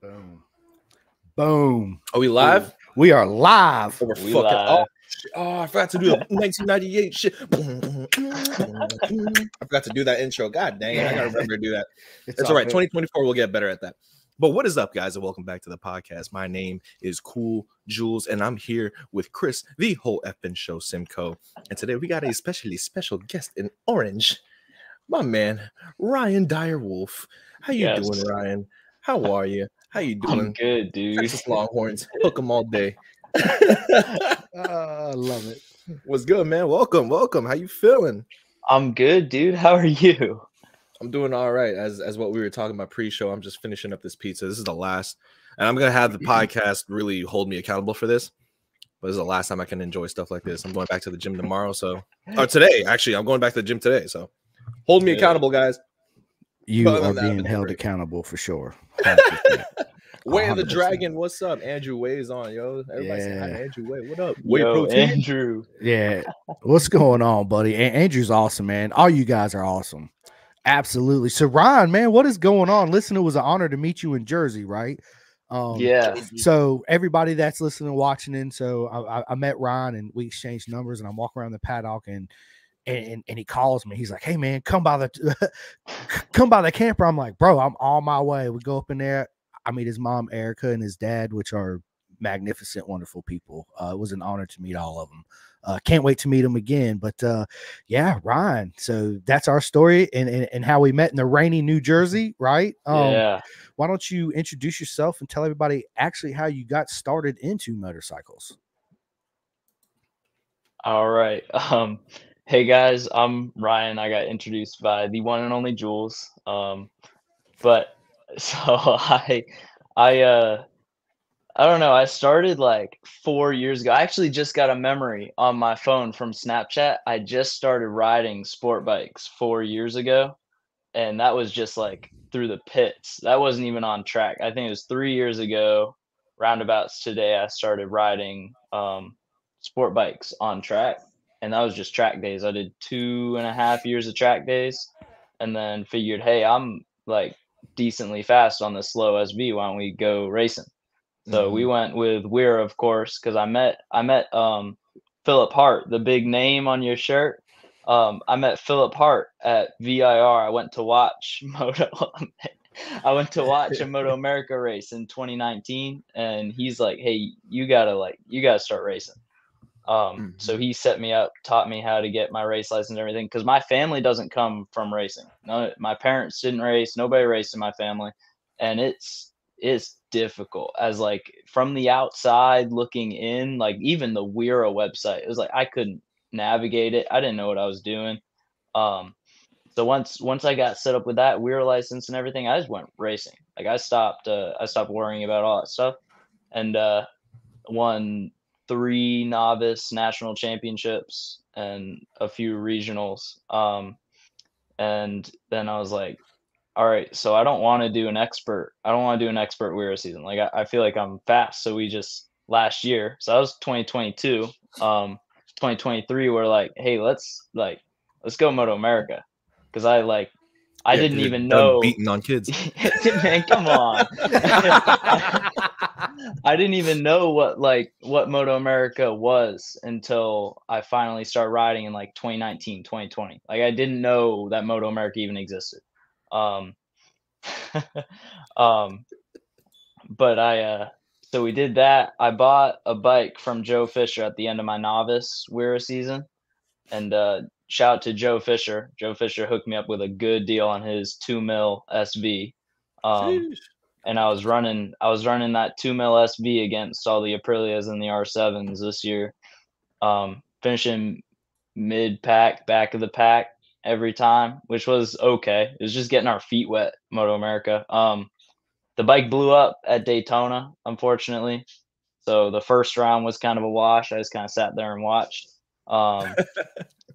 Boom. Boom. Are we live? We are live. Oh, we're We fucking live. off. Shit. Oh, I forgot to do the 1998 shit. I forgot to do that intro. God dang it. I gotta remember to do that. It's That's all right. good. 2024, we'll get better at that. But what is up, guys? And welcome back to the podcast. My name is Cool Jules, and I'm here with Chris, the whole effing show Simcoe. And today we got a especially special guest in orange, my man, Ryan Direwolf. How you Yes. doing, Ryan? How are you? How you I'm doing? good, dude. Texas Longhorns, hook them all day. Ah, I love it. What's good, man? Welcome, welcome. How you feeling? I'm good, dude. How are you? I'm doing all right. As as what we were talking about pre-show, I'm just finishing up this pizza. This is the last, and I'm gonna have the podcast really hold me accountable for this. But this is the last time I can enjoy stuff like this. I'm going back to the gym tomorrow, so or today actually. I'm going back to the gym today, so hold me Yeah. accountable, guys. You Well, are then that'd being be held great. accountable for sure. 100%. Way the 100%. dragon, what's up? Andrew Way's on, yo. Everybody say hi, to Yeah. Andrew Way. What up? Way Yo, eh? protein. Andrew. Yeah. What's going on, buddy? A- Andrew's awesome, man. All you guys are awesome. Absolutely. So, Ryan, man, what is going on? Listen, it was an honor to meet you in Jersey, right? Um, yeah. So everybody that's listening and watching in, so I, I, I met Ryan and we exchanged numbers, and I'm walking around the paddock and and and he calls me. He's like, "Hey man, come by the come by the camper." I'm like, "Bro, I'm on my way." We go up in there. I meet his mom Erica and his dad, which are magnificent, wonderful people. Uh, it was an honor to meet all of them. Uh, can't wait to meet them again. But uh, yeah, Ryan. So that's our story and, and and how we met in the rainy New Jersey, right? Um, Um, yeah. why don't you introduce yourself and tell everybody actually how you got started into motorcycles? All right. Um, hey guys, I'm Ryan. I got introduced by the one and only Jules. Um, but so I, I, uh, I don't know. I started like four years ago. I actually just got a memory on my phone from Snapchat. I just started riding sport bikes four years ago, and that was just like through the pits. That wasn't even on track. I think it was three years ago, roundabouts today. I started riding um, sport bikes on track, and that was just track days. I did two and a half years of track days, and then figured, hey, I'm like decently fast on this slow SV. Why don't we go racing? So we went with Weir, of course, because I met I met um, Philip Hart, the big name on your shirt. Um, I met Philip Hart at VIR. I went to watch Moto. I went to watch a Moto America race in 2019, and he's like, "Hey, you gotta like you gotta start racing." Um, So he set me up, taught me how to get my race license and everything, because my family doesn't come from racing. No, my parents didn't race. Nobody raced in my family, and it's it's difficult as like from the outside looking in like even the weira website it was like i couldn't navigate it i didn't know what i was doing um so once once i got set up with that weira license and everything i just went racing like i stopped uh, i stopped worrying about all that stuff and uh won three novice national championships and a few regionals um and then i was like all right, so I don't want to do an expert. I don't want to do an expert Weir season. Like I, I feel like I'm fast. So we just last year. So that was 2022. Um, 2023. We're like, hey, let's like let's go Moto America, because I like I Yeah, 'cause didn't you're even done know. beating on kids. Man, come on. I didn't even know what like what Moto America was until I finally started riding in like 2019, 2020. Like I didn't know that Moto America even existed. Um um but I uh so we did that. I bought a bike from Joe Fisher at the end of my novice Weira season. And uh shout out to Joe Fisher. Joe Fisher hooked me up with a good deal on his 2 mil SV. Um Sheesh. and I was running I was running that two mil SV against all the Aprilias and the R sevens this year. Um, finishing mid pack, back of the pack every time, which was okay. It was just getting our feet wet, Moto America. Um, the bike blew up at Daytona, unfortunately. So the first round was kind of a wash. I just kind of sat there and watched. Um,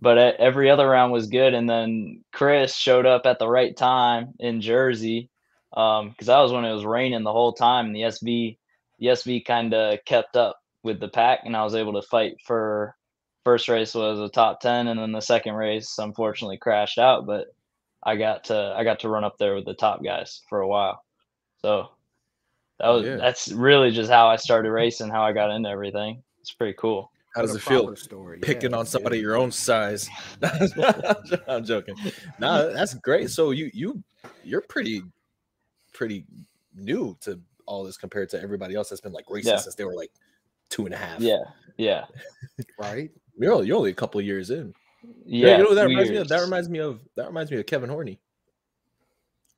but e- every other round was good. And then Chris showed up at the right time in Jersey um because that was when it was raining the whole time and the sv the sv kind of kept up with the pack and i was able to fight for first race was a top 10 and then the second race unfortunately crashed out but i got to i got to run up there with the top guys for a while so that That was, Yeah. That's really just how I started racing, how I got into everything. It's pretty cool. How does What it a feel proper Story. picking Yeah, on somebody dude. your own size? I'm joking. Nah, that's great. So you you you're pretty pretty new to all this compared to everybody else that's been like racing Yeah. since they were like two and a half. Yeah, yeah, right? You're, you're only a couple years in. yeah. you know what that two reminds me of? That years. reminds me of that reminds me of Kevin Horney.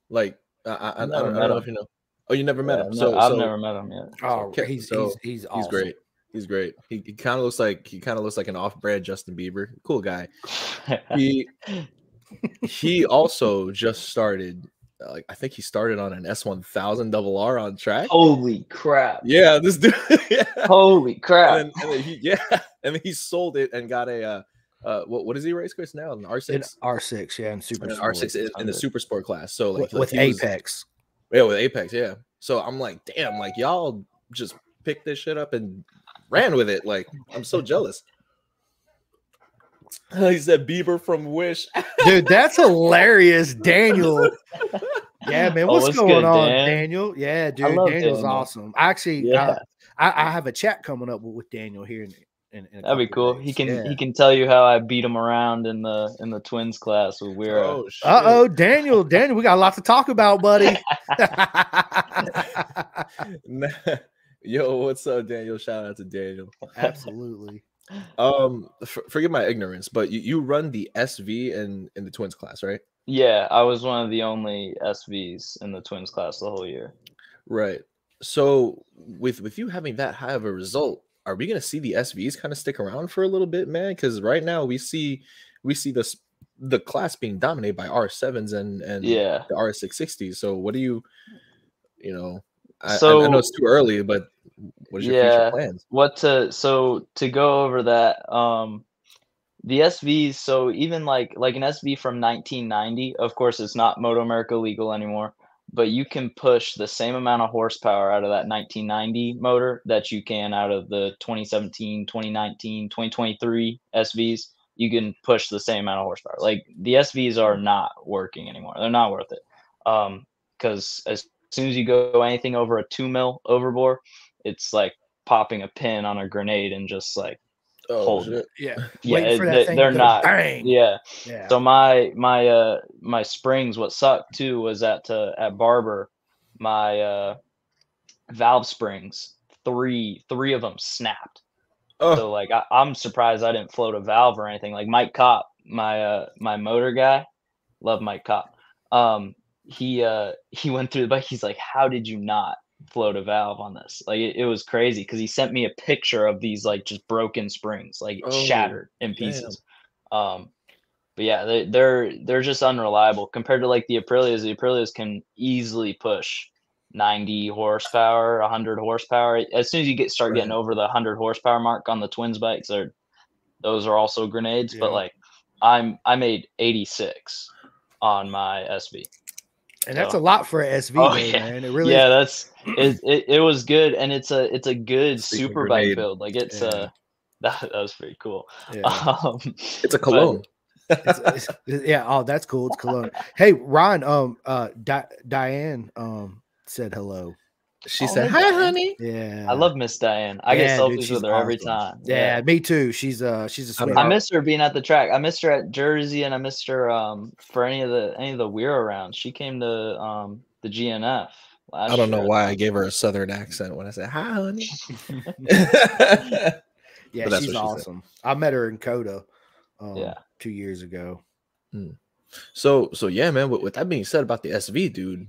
Like I I, I, I, I've don't, never I met don't know him. if you know. Oh, you never Yeah, met I've him. ne- So I've so never met him yet. Oh, Ke- he's, so he's he's awesome. He's great. He's great. He, he kind of looks like he kind of looks like an off-brand Justin Bieber. Cool guy. He he also just started. uh, Like I think he started on an S one thousand double R on track. Holy crap! Oh, Yeah, this dude. yeah. Holy crap! And, then, and then he, yeah, and then he sold it and got a uh, uh what what is he race Chris now an R in six R6, yeah, and super an R six in in the 600. super sport class. So like with, with he was- Apex. yeah, with Apex, yeah. So I'm like, damn, like y'all just picked this shit up and ran with it. Like I'm so jealous. he said Bieber from Wish. Dude, that's hilarious, Daniel. Yeah, man, Oh, what's, what's going good, on, Dan? Daniel? Yeah, dude, love Daniel's Daniel. awesome. I actually, Yeah. I, I, I have a chat coming up with, with Daniel here. In, in, in a That'd be couple cool. of He days. can Yeah. he can tell you how I beat him around in the in the twins class with Weira. shit. Uh oh, Daniel, Daniel, we got a lot to talk about, buddy. Yo, what's up, Daniel? Shout out to Daniel. Absolutely. Um, for, forgive my ignorance, but you, you run the SV and in the twins class, right? Yeah, I was one of the only SVs in the twins class the whole year. Right. So with with you having that high of a result, are we gonna see the SVs kind of stick around for a little bit, man? Because right now we see we see this the class being dominated by R sevens and and Yeah. the R six sixties. So what do you you know? I, I- I So- know it's too early, but what is your Yeah. future plans? What to so to go over that um the SVs so even like like an SV from 1990, of course it's not Moto America legal anymore, but you can push the same amount of horsepower out of that 1990 motor that you can out of the 2017, 2019, 2023 SVs. You can push the same amount of horsepower. Like the SVs are not working anymore. They're not worth it. Um, because as soon as you go anything over a two mil overbore, it's like popping a pin on a grenade and just like Hold Oh, shit. Yeah. yeah, Waiting for that they, thing they're to not. Bang. Yeah. Yeah. So my my uh my springs, what sucked too was at uh, at Barber, my uh valve springs, three three of them snapped. Oh, So like I, I'm surprised I didn't float a valve or anything. Like Mike Cop, my uh my motor guy, love Mike Cop. Um he uh he went through the bike, he's like, How did you not float a valve on this? Like it, it was crazy because he sent me a picture of these like just broken springs, like Oh, shattered in damn. pieces. Um but yeah, they, they're they're just unreliable compared to like the Aprilias. The Aprilias can easily push 90 horsepower, 100 horsepower. As soon as you get start getting Right. over the 100 horsepower mark on the twins bikes, are those are also grenades. But Yeah. like, I'm I made 86 on my SV. and that's so- a lot for an SV, Oh, though, yeah. man. It really Yeah, that's it, it. It was good, and it's a it's a good Sleeping super grenade. bike build. Like it's Yeah. uh that, that was pretty cool. is. Yeah. Um, it's a but- cologne. It's- it's- yeah. Oh, that's cool. It's cologne. Hey, Ron. Um. Uh. Di- Diane. Um. Said hello. She Oh, said, hey, "Hi, Diane." honey." Yeah. I love Miss Diane. I Yeah, get dude, selfies she's with her every awesome. time. Yeah, me too. She's uh she's a I mean, sweetheart. I miss her being at the track. I missed her at Jersey, and I missed her um for any of the any of the Weir rounds. She came to um the GNF. Last I don't know year. why I gave her a southern accent when I said, "Hi, honey." yeah, but that's she's what she said. awesome. I met her in Coda um Yeah. two years ago. So so yeah, man. With, with that being said about the SV, dude,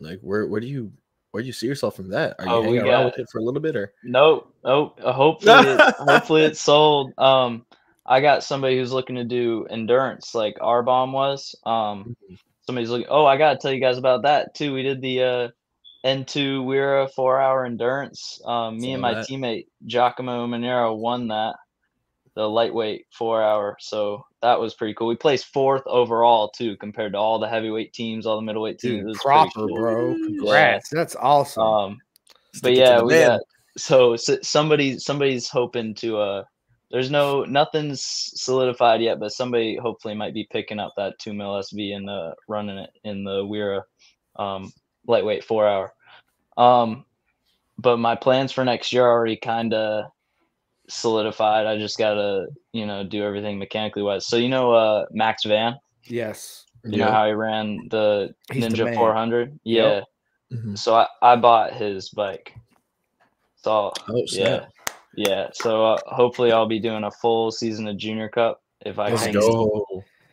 like where where do you where do you see yourself from that? Are you Oh, we hanging around got- with it for a little bit, or Nope. Nope. Uh, Hopefully, it, hopefully it's sold. Um, I got somebody who's looking to do endurance, like our bomb was. Um, somebody's looking. Oh, I gotta tell you guys about that too. We did the uh, N2 Weira four-hour endurance. Um, me and Saw my that. teammate Giacomo Monero won that, the lightweight four-hour. So that was pretty cool. We placed fourth overall too, compared to all the heavyweight teams, all the middleweight teams. It Dude, was pretty proper, cool. bro. Yeah. Congrats. That's awesome. Um, Stick but it to yeah, the we man. got so, so somebody somebody's hoping to uh there's no nothing's solidified yet, but somebody hopefully might be picking up that two mil SV and uh running it in the Weira um lightweight four hour. Um but my plans for next year are already kind of solidified. I just gotta, you know, do everything mechanically wise. So you know, uh, Max Van, Yes. you know how he ran the He's the Ninja man. 400. Yeah. Yep. Mhm. So I, I bought his bike. Oh, So yeah, snap. yeah. So uh, hopefully I'll be doing a full season of Junior Cup if I Let's can go.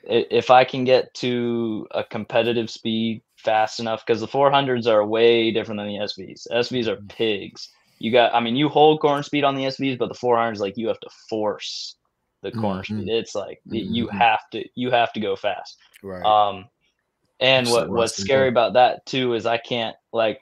i- if I can get to a competitive speed fast enough, because the 400s are way different than the SVs. SVs Mm-hmm. are pigs. You got, I mean, you hold corner speed on the SVs, but the 400s, like you have to force the corner Mm-hmm. speed. It's like y- you Mhm. have to, you have to go fast. Right. Um, and Just what like what's Rustin scary did. about that too is I can't like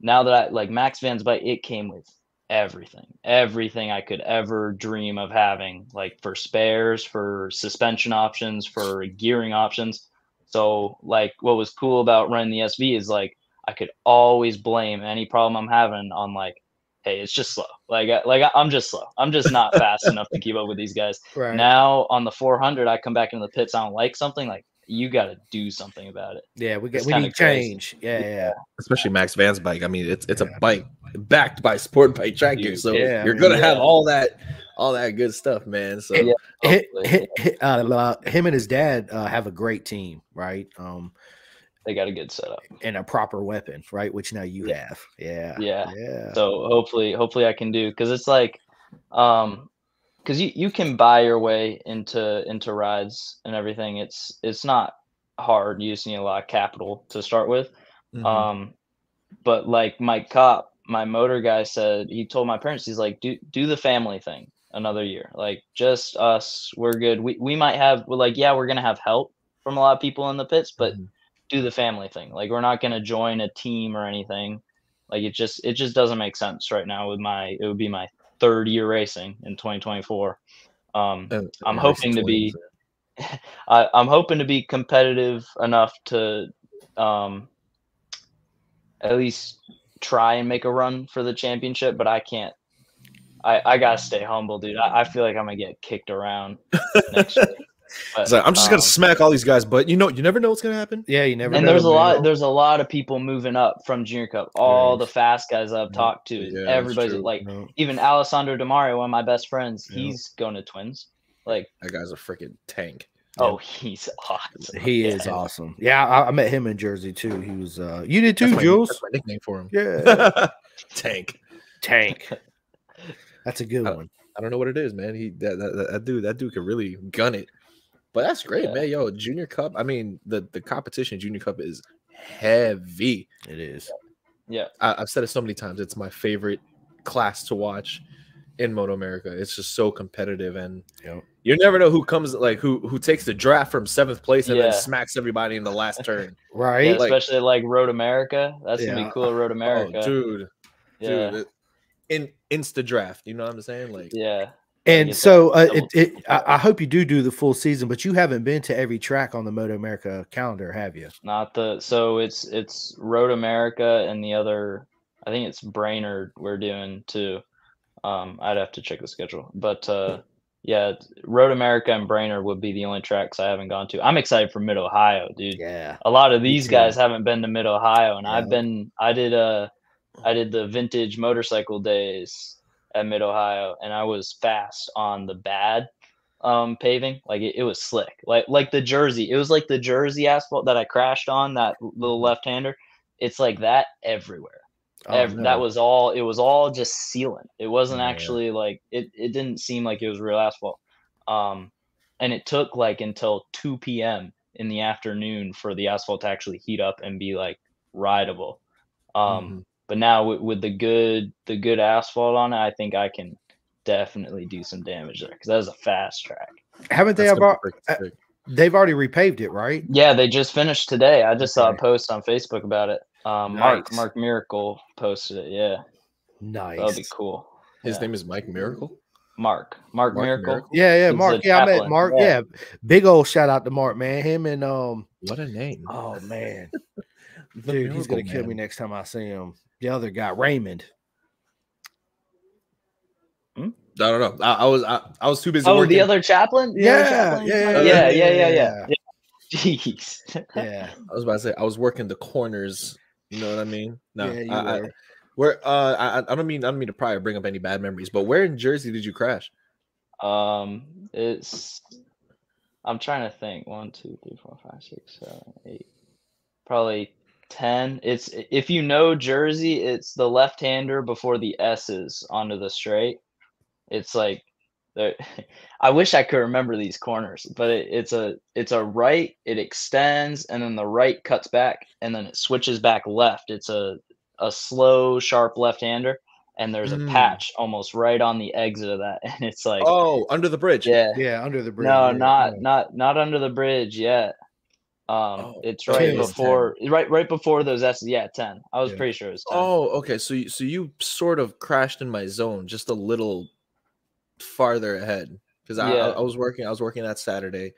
now that I like Max Van's bike, it came with everything, everything I could ever dream of having, like for spares, for suspension options, for gearing options. So like what was cool about running the SV is like I could always blame any problem I'm having on like, hey, it's just slow. Like I, like I- I'm just slow. I'm just not fast enough to keep up with these guys right. now on the 400 i come back into the pits i don't like something like you got to do something about it yeah, we it's get we kinda need crazy. change. Yeah, yeah. Especially Max Van's bike. I mean, it's it's a bike backed by Sport Bike Tractor, Dude, so yeah, I you're mean, gonna yeah. have all that all that good stuff, man. So Yeah. Hi- hi- Hopefully, hi- uh, la- him and his dad uh, have a great team, right? Um, they got a good setup and a proper weapon, right? Which now you Yeah. have. Yeah. yeah Yeah. so hopefully hopefully i can do because it's like um because you, you can buy your way into into rides and everything it's it's not hard you just need a lot of capital to start with Mhm. Um, but like Mike Cop, my motor guy said, he told my parents, he's like, do do the family thing another year. Like just us, we're good. We we might have we're like, yeah, we're gonna have help from a lot of people in the pits, but Mhm. do the family thing. Like we're not gonna join a team or anything. Like it just it just doesn't make sense right now with my it would be my third year racing in 2024. Um, And- I'm and hoping to Racing be- uh, Twins. I, I'm hoping to be competitive enough to um, at least try and make a run for the championship, but I can't. I, I gotta stay humble, dude. I, I feel like I'm gonna get kicked around. Next year. But, It's like, I'm just um, gonna smack all these guys, but you know, you never know what's gonna happen. yeah, you never and know, there's a man. lot. There's a lot of people moving up from Junior Cup. All is. the fast guys I've Yeah, talked to, yeah, that's everybody's true. like, No. even Alessandro Demario, one of my best friends, Yeah. he's going to Twins. Like, That guy's a freaking tank. Yeah. oh, he's awesome. He is Yeah. awesome. Yeah, I, I met him in Jersey too. He was uh you did That's too, my- Jules. That's my nickname for him. Yeah. tank. Tank. That's a good Uh, one. I don't know what it is, man. He that, that, that- that dude, that dude could really gun it. But that's great, Yeah. man. Yo, Junior Cup. I mean, the the competition in Junior Cup is heavy. It is. I, I've said it so many times. It's my favorite class to watch in Moto America. It's just so competitive, and Yep. you never know who comes like who who takes the draft from seventh place and Yeah. then smacks everybody in the last turn. Right? Yeah, Like- especially like Road America. That's gonna Yeah. be cool. at Road America. Oh, dude, yeah. dude, it- in insta draft. You know what I'm saying? Like, Yeah. and guess so uh, that's it, double- it I, I hope you do do the full season, but you haven't been to every track on the Moto America calendar, have you? Not the so it's it's Road America and the other I think it's Brainerd we're doing too. Um I'd have to check the schedule. But uh yeah, it's- Road America and Brainerd would be the only tracks I haven't gone to. I'm excited for Mid Ohio, dude. Yeah. a lot of these too. guys haven't been to Mid Ohio, and I've Yeah. been I did uh I did the vintage motorcycle days at Mid Ohio, and I was fast on the bad um paving like it, it was slick like like the jersey it was like the jersey asphalt that i crashed on that l- little left-hander it's like that everywhere Oh, Ev- that was all it was all just sealant it wasn't Yeah. actually like it, it didn't seem like it was real asphalt um and it took like until 2 p.m in the afternoon for the asphalt to actually heat up and be like rideable um Mm-hmm. but now with, with the good the good asphalt on it i think i can definitely do some damage there because that was a fast track haven't they that's have gonna al- be freaking uh, sick. they've already repaved it, right? yeah they just finished today i just saw a Okay. post on facebook about it um mark Nice. mark miracle posted it yeah that'll Nice. be cool His Yeah. name is Mike Miracle. Mark. Mark, Mark Miracle. Miracle? Yeah, yeah, He's Mark. a Yeah, I met chaplain, Mark. Yeah. yeah. big old shout out to Mark, man. Him and um, What a name, oh man, The dude, he's gonna Miracle kill me Man. next time I see him. The other guy, Raymond. I don't know. I, I was I, I was too busy. Oh, working. the other chaplain? The other Yeah, chaplain? yeah, yeah, yeah, yeah, yeah, yeah, yeah. Jeez. Yeah, I was about to say I was working the corners. You know what I mean? No, yeah, you I, I- were. Where uh, I, I don't mean I don't mean to probably bring up any bad memories, but where in Jersey did you crash? Um, it's. I'm trying to think. One, two, three, four, five, six, seven, eight. Probably ten. It's if you know Jersey, it's the left-hander before the S's onto the straight. It's like, there- I wish I could remember these corners, but it, it's a it's a right. It extends and then the right cuts back and then it switches back left. It's a a slow, sharp left-hander, and there's Mm. a patch almost right on the exit of that, and it's like, Oh, under the bridge. yeah, Yeah, under the bridge. no, yeah, not yeah. not not under the bridge yet. Um, Oh, it's okay, right it was 10. before right right before those S. Yeah, ten. I was Yeah. pretty sure it was ten. Oh, okay. So you, so you sort of crashed in my zone just a little farther ahead because I, I- Yeah. I was working I was working that Saturday.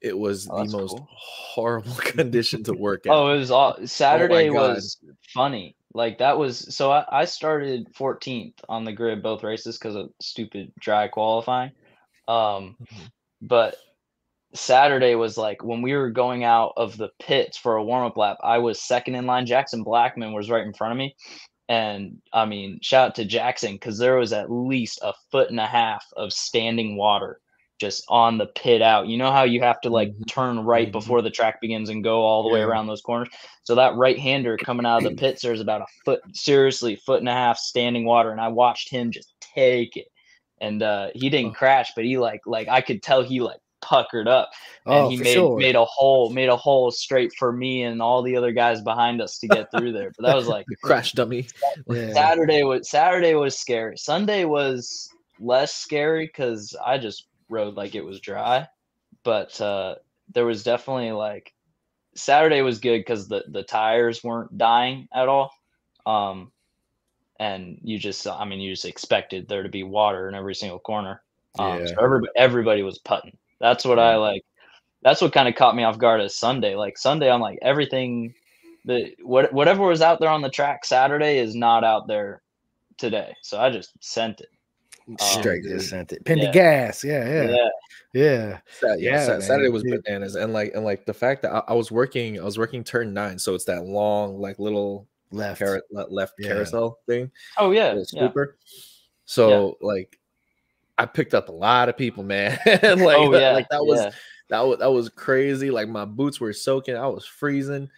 It was Oh, the that's most cool. horrible condition to work in. Oh, it was all Saturday God. was funny. Like that was so I, I started 14th on the grid both races because of stupid dry qualifying. Um, Mhm. but Saturday was like when we were going out of the pits for a warm up lap, I was second in line. Jackson Blackman was right in front of me. And I mean, shout out to Jackson because there was at least a foot and a half of standing water just on the pit out. You know how you have to like Mhm. turn right Mhm. before the track begins and go all the way Yeah. around those corners. So that right hander coming out of the pits, there's about a foot, seriously, foot and a half standing water, and I watched him just take it. And uh, he Oh. didn't crash, but he like like I could tell he like puckered up, and Oh, he for made sure. made a hole made a hole straight for me and all the other guys behind us to get through there. But that was like You crash dummy. yeah. Saturday was Saturday was scary. Sunday was less scary because I just rode like it was dry, but uh, there was definitely like Saturday was good because the the tires weren't dying at all, um, and you just I mean you just expected there to be water in every single corner. Um, Yeah. So everybody, everybody was putting. That's what I like. That's what kind of caught me off guard as Sunday. Like Sunday, I'm like everything the what whatever was out there on the track Saturday is not out there today. So I just sent it. Um, Straight dude. just sent it. Pin the Yeah. gas. Yeah, yeah, yeah. Sa- yeah, Yeah, Sa- man, Saturday was dude. bananas, and like and like the fact that I, I was working, I was working turn nine, so it's that long like little Left. carrot left Yeah. carousel thing, Oh yeah, little yeah. scooper. So like, I picked up a lot of people, man. like oh yeah, like that was yeah. that was that was crazy. Like my boots were soaking. I was freezing.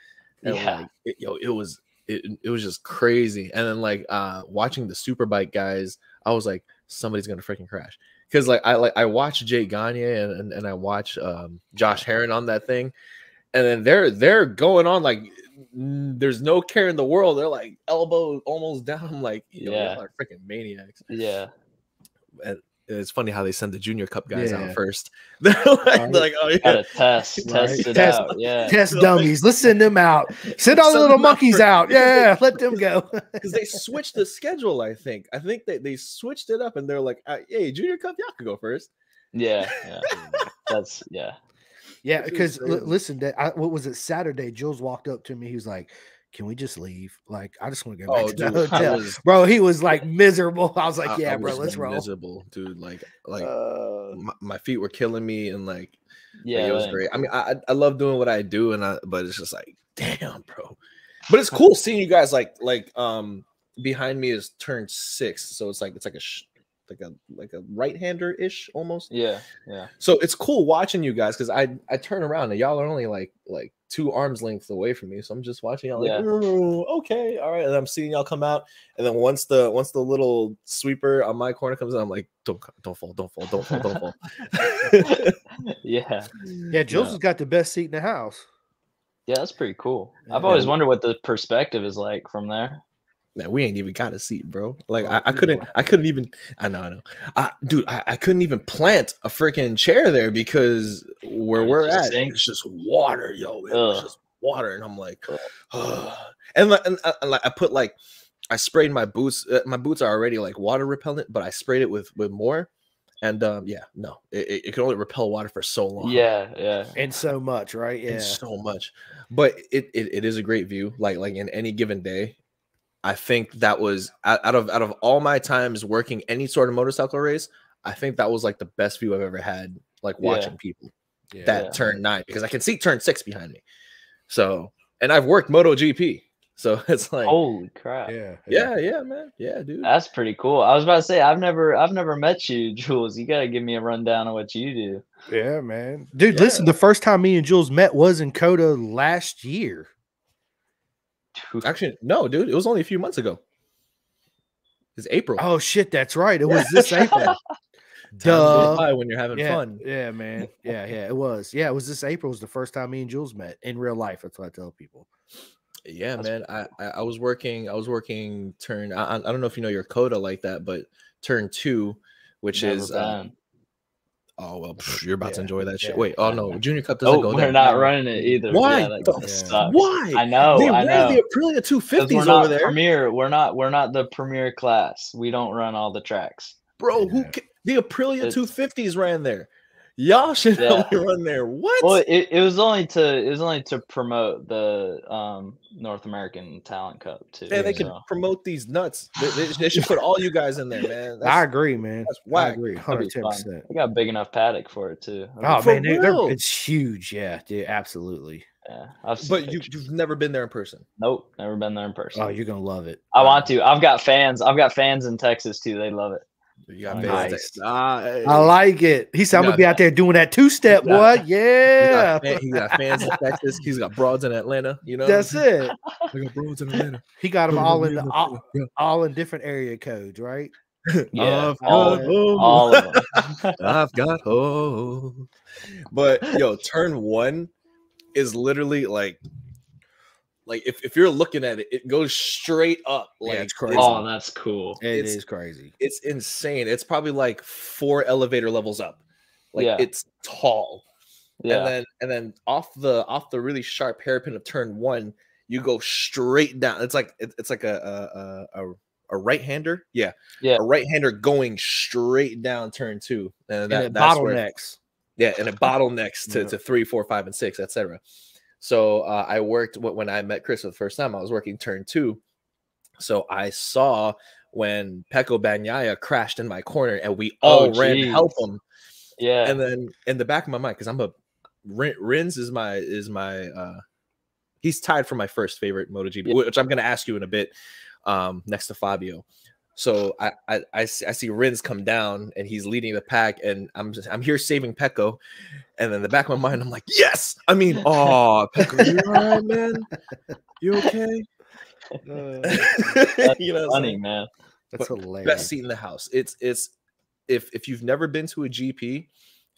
And Yeah. like it, yo, it was it, it was just crazy. And then like uh watching the superbike guys, I was like, somebody's gonna freaking crash. Cause like I like I watched Jay Gagne and, and, and I watch um Josh Heron on that thing, and then they're they're going on like n- there's no care in the world. They're like elbow almost down. I'm like, yo, yeah, Yeah. are freaking maniacs. yeah. And it's funny how they send the junior cup guys Yeah. out first. they're like, they're Right. like, oh yeah, Gotta test, test Right. it Test- out. Yeah. Test So, like- dummies. Let's send them out. Send all the Send little them out monkeys for- out. Yeah, let them go. because they switched the schedule. I think. I think they, they switched it up, and they're like, uh, "Hey, Junior Cup, y'all can go first. Yeah. Yeah. That's yeah. Yeah, Which because is crazy. listen, that I, what was it Saturday? Jules walked up to me. He was like, "Can we just leave? Like, I just want to go back Oh, to dude, the I hotel." was- Bro, he was like miserable. I was I- like, I "Yeah, bro, was let's roll." Miserable, dude. Like, like mm, Uh, my, my feet were killing me, and like, Yeah. it was that- great. I mean, I I- I love doing what I do, and I but it's just like, damn, bro. But it's cool seeing you guys. Like, like um, behind me is turn six, so it's like it's like a sh- like a like a right hander ish almost. Yeah. Yeah. So it's cool watching you guys because I I turn around and y'all are only like like two arms length away from me. So I'm just watching y'all Yeah. like "Ooh, okay, all right. And I'm seeing y'all come out, and then once the once the little sweeper on my corner comes in, I'm like, don't co- don't fall, don't fall, don't fall, don't fall. Yeah. yeah, Jules Yeah. has got the best seat in the house. Yeah. That's pretty cool. I've Yeah. always wondered what the perspective is like from there. Man, we ain't even got a seat, bro. Like Oh, I, I dude. couldn't, I couldn't even. I know, I know, I, dude. I, I couldn't even plant a freaking chair there because where It we're just at, sinks. it's just water, yo. It was Ugh. just water, and I'm like, Ugh. and, like, and, uh, and like I put like, I sprayed my boots. Uh, my boots are already like water repellent, but I sprayed it with with more, and um, yeah, no, it, it, it can only repel water for so long Yeah. Yeah. And so much, right? and Yeah, so much but it, it it is a great view like like in any given day i think that was out out of out of all my times working any sort of motorcycle race i think that was like the best view i've ever had like Yeah. watching people yeah. that Yeah. turn nine because i can see turn six behind me so and i've worked moto gp So it's like, Holy crap. Yeah. yeah, yeah, man, yeah, dude. That's pretty cool. I was about to say I've never I've never met you, Jules. You gotta give me a rundown of what you do. Yeah, man. Dude, Yeah. listen, the first time me and Jules met was in Coda last year. Actually, no, dude, it was only a few months ago. It's April. Oh shit, that's right. It was this April. Time Duh. flies by when you're having yeah, fun. Yeah, man. Yeah, yeah. It was. Yeah, it was this April. Was the first time me and Jules met in real life. That's what I tell people. Yeah, That's man. I, I I was working. I was working turn. I, I I don't know if you know your coda like that, but turn two, which Never is uh, been. oh well, pff, you're about to Yeah, enjoy that shit. yeah. Wait, oh no, junior cup doesn't oh, go we're there. not running it either. Why Yeah, that the kinda f- sucks. Why? I know, they I ran know. the Aprilia 'Cause 250s we're over not there, premier. We're not we're not the premier class. We don't run all the tracks. bro. Who Yeah. ca- the Aprilia It's- 250s ran there? Y'all should Yeah. only run there. What? Well, it, it was only to it was only to promote the um North American Talent Cup too. man, they could so. promote these nuts. They, they- they should put all you guys in there, man. I That's, agree, man. that's I whack. agree. That'd be 110 fun. percent They got a big enough paddock for it too. Oh For man, they, they're- real. it's huge. Yeah, dude, absolutely. Yeah, I've seen But you, pictures. you've never been there in person. nope, never been there in person. Oh, you're gonna love it. I want to. I've got fans. I've got fans in Texas too. They love it. You got Nice. fans. Ah, hey. I like it. He said, "I'm gonna got be out there doing that two step, You got- boy." He Yeah, got, fan- he got fans in Texas. He's got broads in Atlanta. You know, that's it. I got broads in Atlanta. He got them all in the, all, Yeah. all in different area codes, right? Yeah, I've all, got of- hoes. all of them. I've got hoes. But yo, turn one is literally like, like if, if you're looking at it, it goes straight up. Yeah, Like it's crazy. Oh, that's cool. It It's- is crazy. it's insane. It's probably like four elevator levels up. Like Yeah. it's tall. And Yeah, then and then off the off the really sharp hairpin of turn one, you go straight down. It's like it- it's like a a a, a, a right hander. Yeah. Yeah. A right hander going straight down turn two. And, And that, then that's bottlenecks. where yeah, and it bottlenecks to, Yeah. to three, four, five, and six, etc. So uh, I worked wh- when I met Chris for the first time. I was working turn two, so I saw when Peko Banyaya crashed in my corner, and we all Oh, ran to geez. help him. yeah. And then in the back of my mind, because I'm a Rin- Rins is my is my uh, he's tied for my first favorite MotoGP, Yeah. which I'm gonna ask you in a bit, um, next to Fabio. So I, I I see I see Rins come down and he's leading the pack, and I'm just I'm here saving Pecco, and then in the back of my mind I'm like yes, I mean oh Pecco, you all right man, you okay? you know, it's like, funny man. That's best hilarious. seat in the house. It's it's if if you've never been to a GP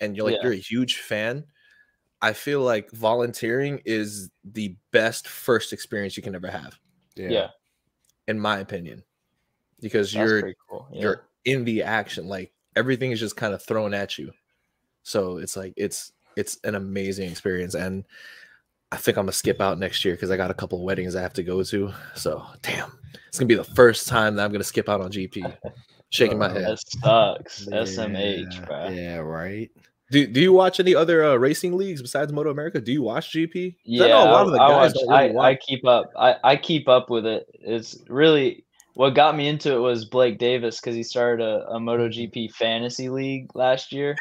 and you're like Yeah. you're a huge fan, I feel like volunteering is the best first experience you can ever have, Yeah, in my opinion, because that's you're pretty cool. Yeah. you're in the action. Like everything is just kind of thrown at you. So it's like it's it's an amazing experience, and I think I'm gonna skip out next year because I got a couple of weddings I have to go to. So damn, it's gonna be the first time that I'm gonna skip out on GP. Shaking my Oh, head. that sucks. Yeah, SMH, bro. Yeah, right. Do Do you watch any other uh, racing leagues besides Moto America? Do you watch GP? 'Cause Yeah, I know a I- lot of the I, guys watch- don't really I, I watch. keep up. I, I keep up with it. It's really what got me into it was Blake Davis because he started a, a MotoGP fantasy league last year,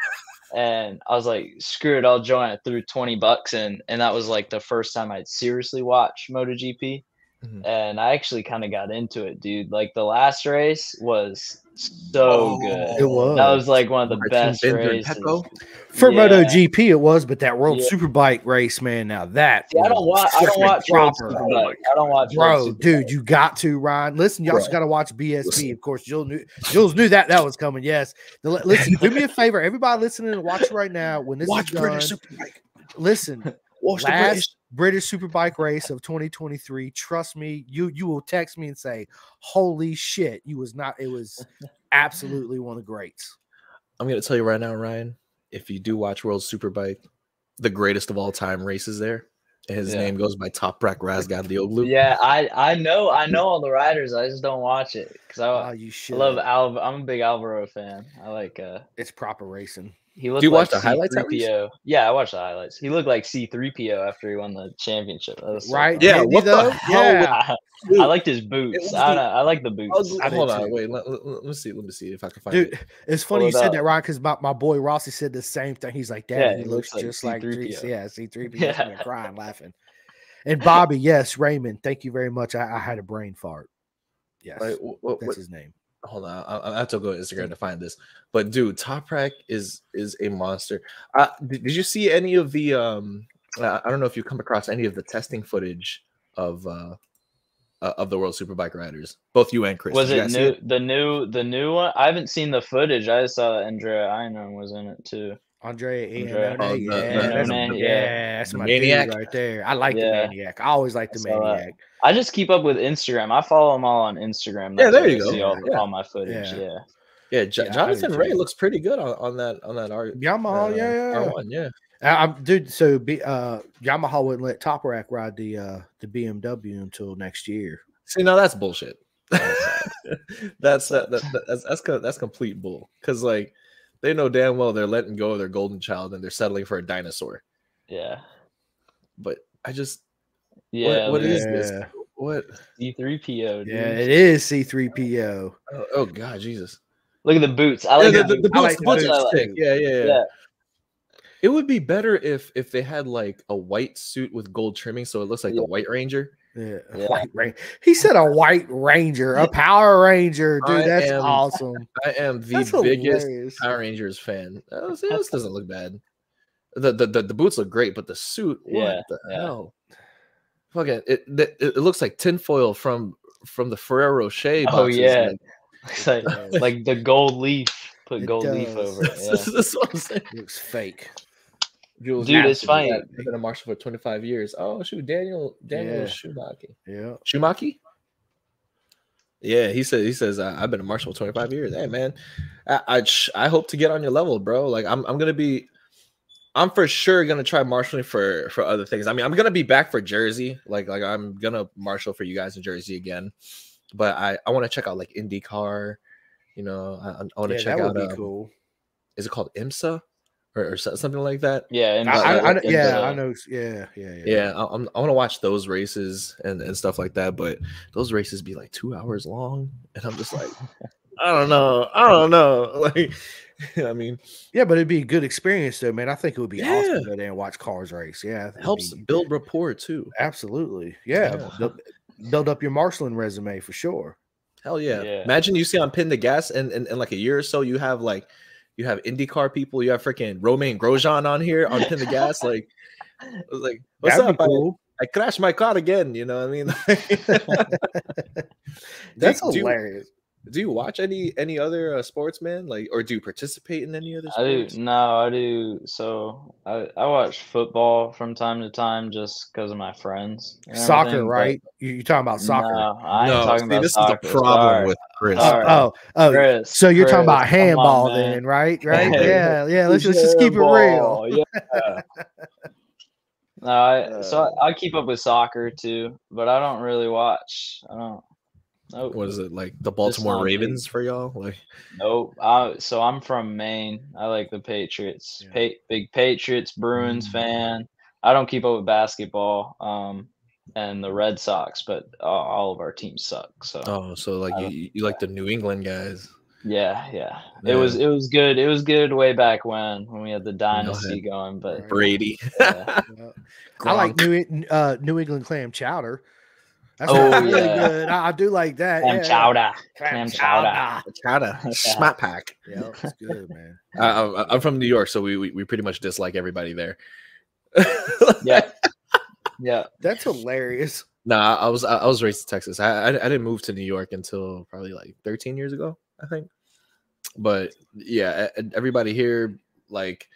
and I was like, screw it, I'll join. I threw twenty bucks in, and that was like the first time I'd seriously watched MotoGP, Mhm. and I actually kind of got into it, dude. Like the last race was so Oh, good. It was. That was like one of the Martin best Binder and races. Pecco? For Yeah. MotoGP, it was, but that World Yeah. Superbike race, man. Now that See, I don't was watch. I don't freaking watch. World proper. Oh Superbike. I don't watch. Bro, World Superbike. dude, you got to Ryan. Listen, you also Bro. got to watch BSB. Listen. Of course, Jules knew Jules knew that that was coming. Yes, Now, li- listen. do me a favor, everybody listening and watching right now. When this Watch is done, British Superbike. listen, Watch the Last- British. British Superbike race of 2023. Trust me, you you will text me and say, "Holy shit, you was not. It was absolutely one of the greats." I'm gonna tell you right now, Ryan. If you do watch World Superbike, the greatest of all time races there. and His Yeah. name goes by Toprak Razgadlioglu. Yeah, I I know I know all the riders. I just don't watch it because I, Oh, Uh, I you should love Alv. I'm a big Alvaro fan. I like uh It's proper racing. he looked you watch like the highlights at least? C3PO. Yeah, I watched the highlights. He looked like C3PO after he won the championship. That was so Right? funny. Yeah, Didn't he, what the though? hell was Yeah. I, Dude, I liked his boots. was I don't the know. I like the boots. ugly- I did hold on, too. wait. Let, let, let me see. Let me see if I can find it. Dude, it's funny you Pull it said up. that, Ryan, because my, my boy Rossi said the same thing. He's like, Dad, Yeah, he, he looks, looks just like like 3 C-3PO. yeah, C3PO. Yeah. Yeah. crying, laughing. And Bobby, yes, Raymond, thank you very much. I, I had a brain fart. Yes, Like, wh- wh- that's what- his name. hold on, I, I have to go to Instagram to find this. But dude, Top Rack is is a monster. Uh, did, did you see any of the? um I I don't know if you come across any of the testing footage of uh uh, of the World Superbike riders, both you and Chris. Was Did you it guys see new? The new, the new one. I haven't seen the footage. I just saw that Andrea Iron was in it too. Andre Andre- Iannone, Oh, the- yeah, the- that's- Iannone, yeah. yeah, that's The my maniac. dude right there. I like Yeah. the maniac. I always like the I saw that. maniac. I just keep up with Instagram. I follow them all on Instagram. Yeah, That's there where you I go. See all, Yeah. all my footage. Yeah. Yeah. Yeah, Jo- Yeah, I did Jonathan Ray too. looks pretty good on, on that on that art. Yamaha, uh, Oh, yeah, yeah, yeah. R1, yeah. I- I'm dude. So B, uh, Yamaha wouldn't let Top Rack ride the uh, the BMW until next year. See, now that's bullshit. that's uh, that, that, that's that's co- that's complete bull. Because like they know damn well they're letting go of their golden child and they're settling for a dinosaur. Yeah. But I just Yeah. what, what is Yeah. this? What? three PO? Yeah, it is C3PO. Oh, oh God, Jesus! Look at the boots. I Yeah, like the, the, the- the I like boots- the boots boots thing. too. yeah, yeah, yeah, Yeah. It would be better if if they had like a white suit with gold trimming, so it looks like Yeah. the White Ranger. Yeah, a Yeah. White Ranger. He said a White Ranger, a Power Ranger, dude. I that's am- awesome. I am the that's biggest hilarious. Power Rangers fan. I was- this doesn't look bad. The, the the the boots look great, but the suit, what Yeah, the yeah. hell? Fucking it, it it looks like tinfoil from from the Ferrero Rocher Oh, boxes. yeah. man. It's like, does. like the gold leaf. Put It gold leaf does. over it. That's, Yeah. that's what I'm saying. Looks fake. Jules Dude, Massive, it's funny. yeah, I've been a marshal for 25 years. Oh shoot, Daniel Daniel Yeah. Schumacher. Yeah, Schumacher? Yeah, he says he says "I- I've been a marshal for 25 years. Hey man, I I, ch- I hope to get on your level, bro. Like I'm I'm gonna be, I'm for sure gonna try marshaling for for other things. I mean, I'm gonna be back for Jersey. Like like I'm gonna marshal for you guys in Jersey again. But I I want to check out like IndyCar. You know, I, I want to yeah check that would out. be um, cool. Is it called IMSA or, or so- something like that? Yeah. And I, uh, I, I, and, yeah, uh, I know. Yeah, yeah, yeah. yeah I, I'm, I want to watch those races and, and stuff like that but those races be like two hours long and i'm just like i don't know i don't know like i mean Yeah, but it'd be a good experience, though, man. I think it would be awesome Yeah. to go there and watch cars race. Yeah, I think it it'd helps be- build rapport too Absolutely. Yeah, Yeah. build- build up your marshaling resume for sure. hell yeah, Yeah. imagine you see on pin the gas and in, in like a year or so you have like you have indycar people you have freaking romain grosjean on here on pin the gas like I was like what's That'd be up I- cool. I, crashed my car again you know what i mean That's do you- hilarious. do you watch any any other uh, sports man like or do you participate in any other I do sports? no, I do. So I, I watch football from time to time just because of my friends. and Soccer, everything, but right? You, you're talking about soccer. No, I ain't talking about this soccer. is the problem sorry. with Chris. Oh, Alright. oh, oh, Chris, So you're talking Chris, about come on, handball man. then, right? Right? Hey. Yeah, yeah. Let's, let's just keep it real. Uh, Handball, Yeah. no, I, so I, I keep up with soccer too, but I don't really watch. I don't. Nope. what is it like the not Baltimore me. Ravens for y'all? Like Nope. I, so I'm from Maine. I like the Patriots. Yeah. Pa- big Patriots, Bruins Mm. fan. I don't keep up with basketball um, and the Red Sox, but uh, all of our teams suck. So oh, so like Uh, I don't- you, you like the New England guys? yeah, yeah, It was it was good. It was good way back when when we had the ahead. dynasty going. But uh, Right. Brady. yeah. Yeah. I like Gronk. New En- uh, New England clam chowder. That's Oh, really yeah. good. I, I do like that. Clam yeah. chowder. Clam Clam chowder. Chata, smack pack. Yeah, it's good, man. I, I'm- I'm from New York, so we, we we pretty much dislike everybody there. Yeah. Yeah. That's hilarious. Nah, I was I I was raised in Texas. I, I I didn't move to New York until probably like 13 years ago, I think. But yeah, e- e- everybody here like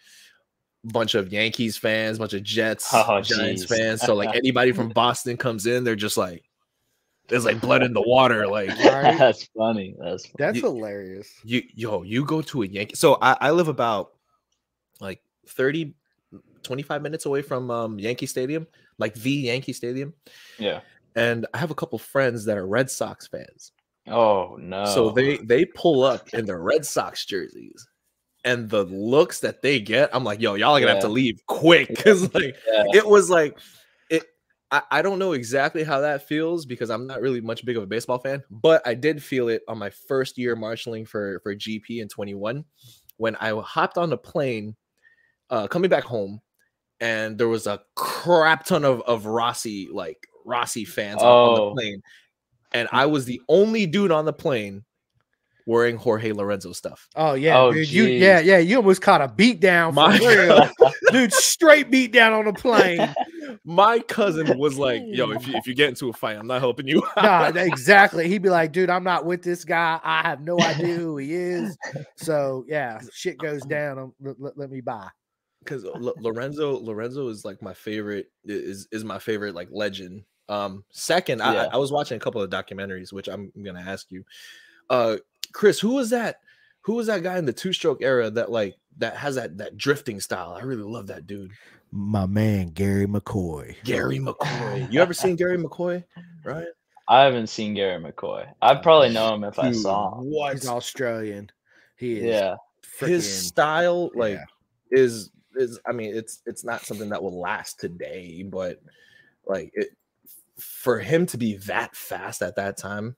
bunch of Yankees fans, bunch of Jets, Oh, Giants jeez. fans. So like anybody from Boston comes in, they're just like there's like blood in the water. Like Right? That's funny. That's funny. That's You- hilarious. you yo, you go to a Yankee. So I, I live about like 30 25 minutes away from um Yankee Stadium, like the Yankee Stadium. yeah. And I have a couple friends that are Red Sox fans. Oh no. So they they pull up in their Red Sox jerseys, and the looks that they get, I'm like, yo, y'all are gonna have to Yeah. leave quick because like uh, Yeah. it was like it. I, I don't know exactly how that feels because I'm not really much big of a baseball fan, but I did feel it on my first year marshaling for for GP in 21 when I hopped on the plane uh, coming back home, and there was a crap ton of of Rossi like Rossi fans on- on Oh. the plane, and I was the only dude on the plane wearing Jorge Lorenzo stuff. Oh yeah, Oh, dude. You yeah, jeez. yeah. You almost caught a beat down for My- real. dude, straight beat down on the plane. My cousin was like, "Yo, if you, if you get into a fight, I'm not helping you." out." Nah, exactly. He'd be like, dude, I'm not with this guy. I have no idea who he is. So yeah, shit goes down. um, let- let- let me buy. because Lorenzo Lorenzo is like my favorite is is my favorite like legend. Um, second, I, I- Yeah. I was watching a couple of documentaries, which I'm gonna ask you, uh, Chris, who was that? Who was that guy in the two stroke era that like that has that that drifting style? I really love that dude, My man Gary McCoy. Gary McCoy. You ever seen Gary McCoy? Right? I haven't seen Gary McCoy. I'd probably know him if I Dude, saw him. what He's Australian. He is Yeah. his frickin' style like yeah. is is I mean it's it's not something that will last today, but like it for him to be that fast at that time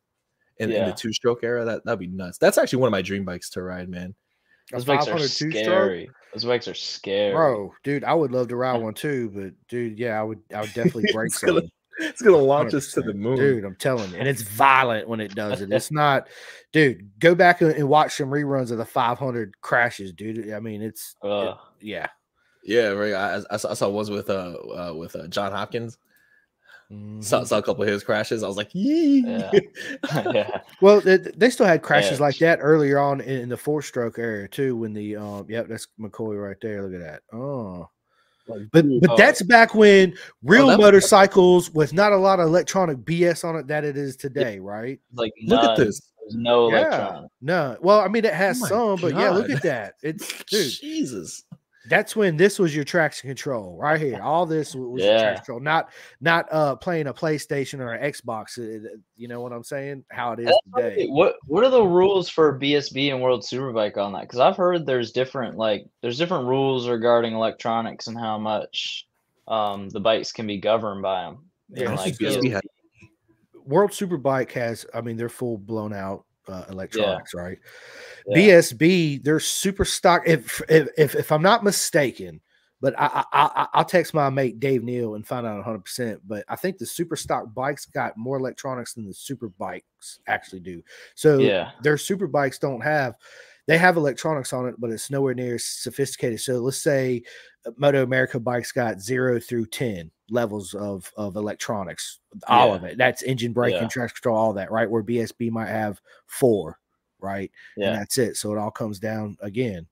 in, in Yeah. the two stroke era, that that'd be nuts. That's actually one of my dream bikes to ride, man. a Those bikes are 502 stroke? scary. Those bikes are scary. Bro, dude, I would love to ride one too, but dude, yeah, I would I would definitely break It's gonna some. It's gonna launch us to the 100%, moon. Dude, I'm telling you. And it's violent when it does it. It's not, dude, go back and- and watch some reruns of the 500 crashes, dude. I mean, it's, Ugh. yeah. Yeah, right. I, I, saw, I saw ones with uh, uh with uh, John Hopkins. Saw, Mhm. saw a couple of his crashes. I was like, yeah. yeah. Well, they, they still had crashes Yeah. like that earlier on in, in the four stroke era too. When the um, yep, that's McCoy right there. Look at that. Oh, but dude, uh, but oh. that's back when real that was- motorcycles with not a lot of electronic BS on it that it is today, right? Like look at none. this. There's no Yeah. electronic. No, well, I mean it has Oh my some, but yeah, look God. at that. It's dude, Jesus. that's when this was your traction control right here. All this wa- was your Yeah. traction control, not not uh playing a PlayStation or an Xbox. uh, uh, You know what I'm saying? How it is today. Hey, what what are the rules for BSB and World Superbike on that? Because I've heard there's different like there's different rules regarding electronics and how much um, the bikes can be governed by them. Yeah, I it's think like, BSB had- World Superbike has, I mean, they're full blown out uh, electronics, right? Yeah. BSB, they're super stock. If if if, if I'm not mistaken, but I, I I I'll text my mate Dave Neal and find out 100. percent But I think the super stock bikes got more electronics than the super bikes actually do. So yeah, their super bikes don't have they have electronics on it but it's nowhere near as sophisticated so let's say uh, moto america bikes got zero through ten levels of of electronics all Yeah. of it that's engine braking Yeah. traction control all that right where bsb might have four right and yeah, that's it so it all comes down again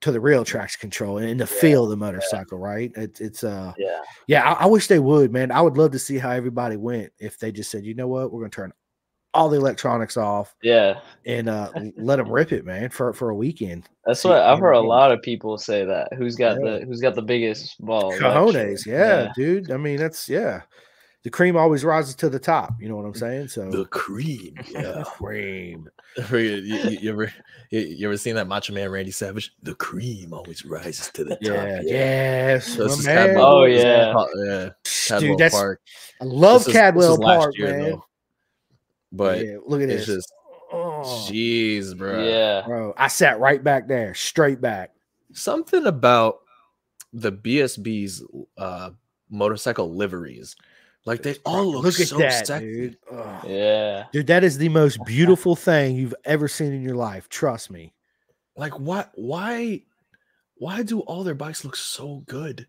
to the real traction control and in the feel of the motorcycle right it's it's uh yeah. yeah, I, I wish they would, man. I would love to see how everybody went if they just said, you know what, we're gonna turn all the electronics off yeah. and uh, l- let them rip it, man, for for a weekend. That's See, what I've you heard. A know. lot of people say that. Who's got Yeah. the Who's got the biggest ball? Cojones, actually. yeah, dude. I mean, that's yeah. The cream always rises to the top. You know what I'm saying? So The cream. Yeah. cream. you, you- you ever you, you ever seen that Macho Man Randy Savage? The cream always rises to the top. Yeah. Yes. So this my is man. Cadwell- Oh, this is yeah. Cad- yeah. Cadwell dude, that's Park. I love This is- this Cadwell is last Park, year, man. though. But yeah, look at it's this. just, oh, jeez, bro. yeah. bro, I sat right back there, straight back. Something about the BSB's uh, motorcycle liveries, like they all look, Look at so that, sexy. dude. Ugh. yeah. Dude, that is the most beautiful thing you've ever seen in your life. Trust me. Like what? Why? Why do all their bikes look so good?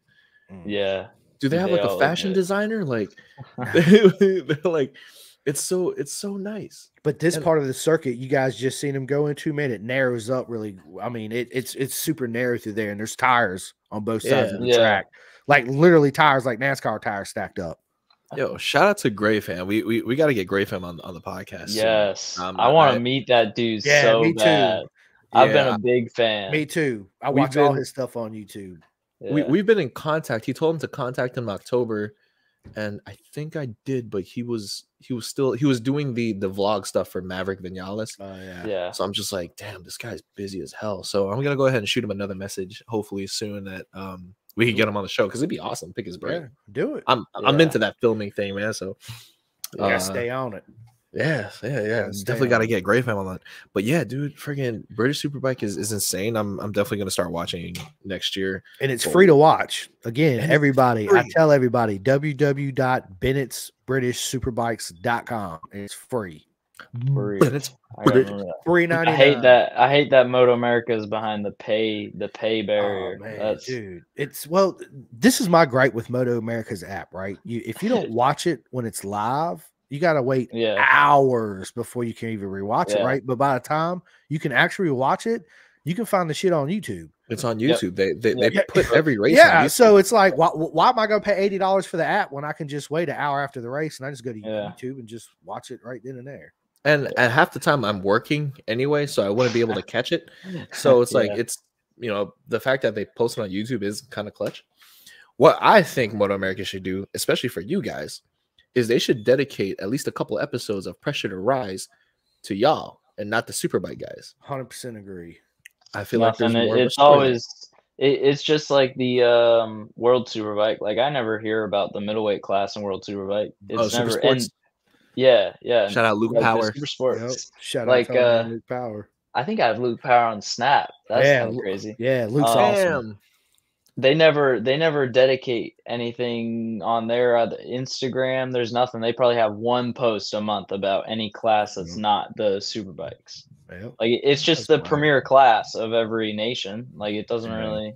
Mm. Yeah. Do they have They like all a look fashion good. designer? Like they're like, it's so it's so nice. But this And- part of the circuit, you guys just seen them go into, man, it narrows up really. I mean, it, it's it's super narrow through there, and there's tires on both sides Yeah. of the Yeah. track, like literally tires, like NASCAR tires stacked up. Yo, shout out to Gray Fan. We we, we got to get Gray Fan on, on the podcast. soon. Yes. Um, I want I- to meet that dude Yeah, so me too. bad. I've been Yeah. a big fan. Me too. I We've watch all been- his stuff on YouTube. We Yeah. we've been in contact. He told him to contact him in October, and I think I did, but he was he was still he was doing the the vlog stuff for Maverick Vinales. Oh yeah. yeah. So I'm just like, damn, this guy's busy as hell. So I'm gonna go ahead and shoot him another message, hopefully soon that um we can get him on the show because it'd be awesome. Pick his brain. Yeah, do it. I'm I'm Yeah. into that filming thing, man. So You gotta uh, stay on it. Yeah, yeah, yeah. It's And definitely got to damn. get Gray Fam on that. But yeah, dude, freaking British Superbike is, is insane. I'm I'm definitely gonna start watching next year. and it's Well, free to watch. Again, and it's everybody, I free. tell everybody www.bennettsbritishsuperbikes.com. It's free. Free. But it's I, gotta British- remember that. Three I ninety. hate that. I hate that Moto America is behind the pay the pay barrier. Oh, man, That's dude, it's well. This is my gripe with Moto America's app, right? You if you don't watch it when it's live, you gotta wait yeah. hours before you can even rewatch it, Yeah. right? But by the time you can actually watch it, you can find the shit on YouTube. it's on Yep. YouTube. They they, Yeah. they put every race. yeah, on YouTube. so it's like, why, why am I going to pay eighty dollars for the app when I can just wait an hour after the race and I just go to Yeah. YouTube and just watch it right then and there? and at half the time I'm working anyway, so I wouldn't be able to catch it. So it's like Yeah. it's you know the fact that they post it on YouTube is kind of clutch. What I think Moto America should do, especially for you guys, is they should dedicate at least a couple episodes of Pressure to Rise to y'all and not the Superbike guys. Hundred percent agree. I feel nothing. like It- there's more of a it's story there. always it, it's just like the um World Superbike. Like I never hear about the middleweight class in World Superbike. Oh, It's Super never Sports. and yeah, yeah. and Shout out Luke like the Power. Super Yep. Sports. Shout Like, out to our uh, man Luke Power. I think I have Luke Power on Snap. That's Yeah, kinda Lu- crazy. Yeah, Luke's um, awesome. Damn. They never they never dedicate anything on their other Instagram. There's nothing. They probably have one post a month about any class that's not the Superbikes. Yep. Like it- it's just That's the wild. premier class of every nation. Like it doesn't Yeah. really.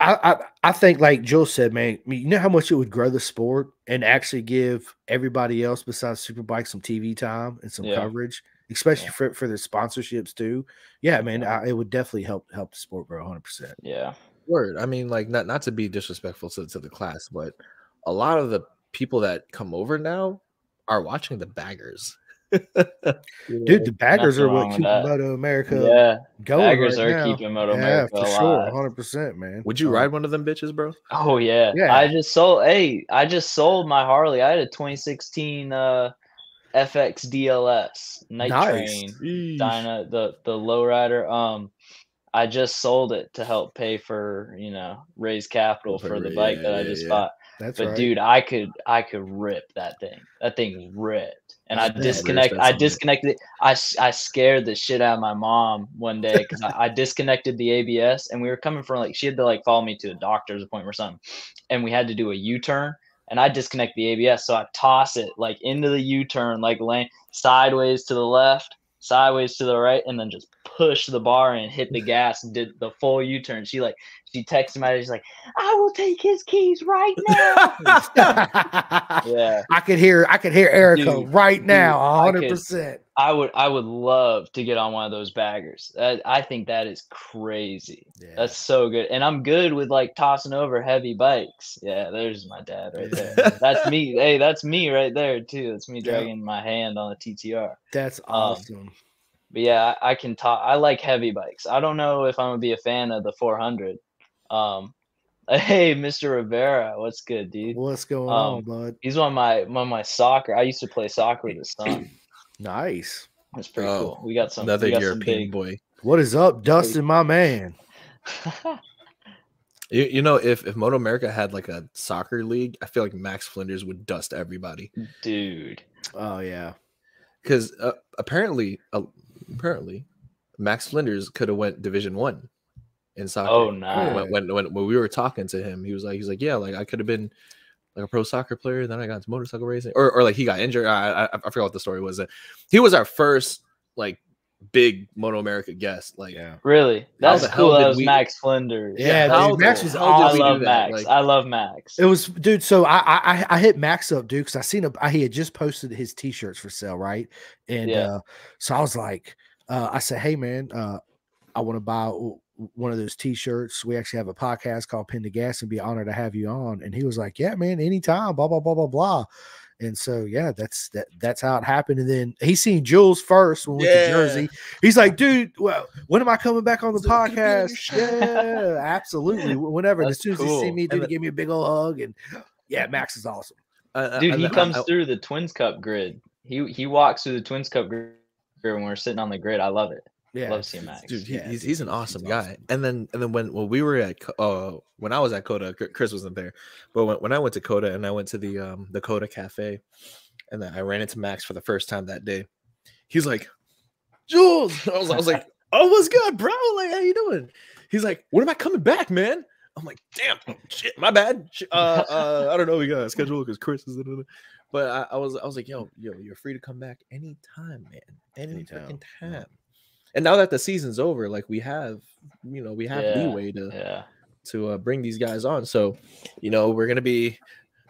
I, I I think like Joel said, man, I mean, you know how much it would grow the sport and actually give everybody else besides Superbike some TV time and some Yeah. coverage, especially for for their sponsorships too. Yeah, man, I, it would definitely help help the sport, bro. Hundred percent. Yeah. word. I mean, like not not to be disrespectful to, to the class, but a lot of the people that come over now are watching the baggers. Dude, the baggers nothing are wrong what with keep that. Moto uh, America Yeah. going. Baggers Oh, right are now. keeping Moto Yeah, America for alive. sure, hundred percent, man. Would you Um, ride one of them bitches, bro? Oh yeah. Yeah. I just sold hey, I just sold my Harley. I had a 2016 uh FX DLS night Nice. train Dyna the the lowrider. Um I just sold it to help pay for, you know, raise capital For for the ra- bike yeah, that I yeah, just yeah. bought. That's but right. dude, I could I could rip that thing. That thing ripped. And I Yeah, there's disconnect that I song, yeah. disconnected it. I s- I scared the shit out of my mom one day because I, I disconnected the ABS and we were coming from like she had to like follow me to a doctor's appointment or something. And we had to do a U-turn and I disconnect the ABS. So I toss it like into the U-turn, like lane sideways to the left, sideways to the right, and then just push the bar and hit the gas and did the full U-turn. She like she texted me, she's like, I will take his keys right now. I yeah. could hear I could hear Erica Dude, right dude, now, I could- hundred percent. I would I would love to get on one of those baggers. That, I think that is crazy. That's so good. And I'm good with like tossing over heavy bikes. Yeah, there's my dad right there. That's me. Hey, that's me right there too. That's me Yeah. dragging my hand on a TTR. That's awesome. But yeah, I, I can talk. I like heavy bikes. I don't know if I'm gonna be a fan of the 400. Um, hey, Mr. Rivera, what's good, dude? What's going on, um, bud? He's one of my one of my soccer. I used to play soccer with his son. Nice. That's pretty Oh, cool. We got some. Another we got some European big- boy. What is up, Dustin, my man? You, you know, if if Moto America had like a soccer league, I feel like Max Flinders would dust everybody. Dude. Oh yeah. Because uh, apparently, uh, apparently, Max Flinders could have went Division One in soccer. Oh Yeah. no. when, when when when we were talking to him, he was like, he's like, yeah, like I could have been like a pro soccer player, then I got into motorcycle racing, or or like he got injured. I I, I forgot what the story was. He was our first like big Moto America guest. Like, Yeah. Really? That's the hell cool. did That was we- Max Flinders. Yeah, how dude, the Max was hell did I we do love that? Max. Like, I love Max. It was, dude. So I, I, I- I hit Max up, dude, because I seen a he had just posted his T-shirts for sale, right? And Yeah. uh, so I was like, uh, I said, hey man, uh, I want to buy w- w- one of those T-shirts. We actually have a podcast called Pin the Gas, and be honored to have you on. And he was like, yeah, man, anytime, blah blah blah blah blah. And so yeah, that's that. That's how it happened. And then he seen Jules first when we went to Yeah. Jersey. He's like, dude, well, when am I coming back on the So it could be another podcast? show. Yeah, Oh, absolutely. wh- Whenever. And as That's soon as he see cool. me, And dude, the- he gave me a big old hug. And yeah, Max is awesome. I- I- Dude, I- he I- comes I- through the Twins Cup grid. He he walks through the Twins Cup grid when we're sitting on the grid. I love it. Yeah, Love seeing it's- Max. Dude, he, yeah, he's, he's an awesome he's guy. awesome. And then and then when when we were at Co- uh when I was at Coda, Chris wasn't there, but when, when I went to Coda and I went to the um the Coda Cafe, And then I ran into Max for the first time that day. He's like, Jules. I was, I was like, oh, what's good, bro? Like, how you doing? He's like, when am I coming back, man? I'm like, damn, oh, shit, my bad. Sh- Uh, uh, I don't know. We got a schedule because Chris is. But I, I was, I was like, yo, yo, you're free to come back anytime, man, any Anytime, freaking yeah. time. And now that the season's over, like we have, you know, we have Yeah, leeway to Yeah. to uh, bring these guys on. So, you know, we're gonna be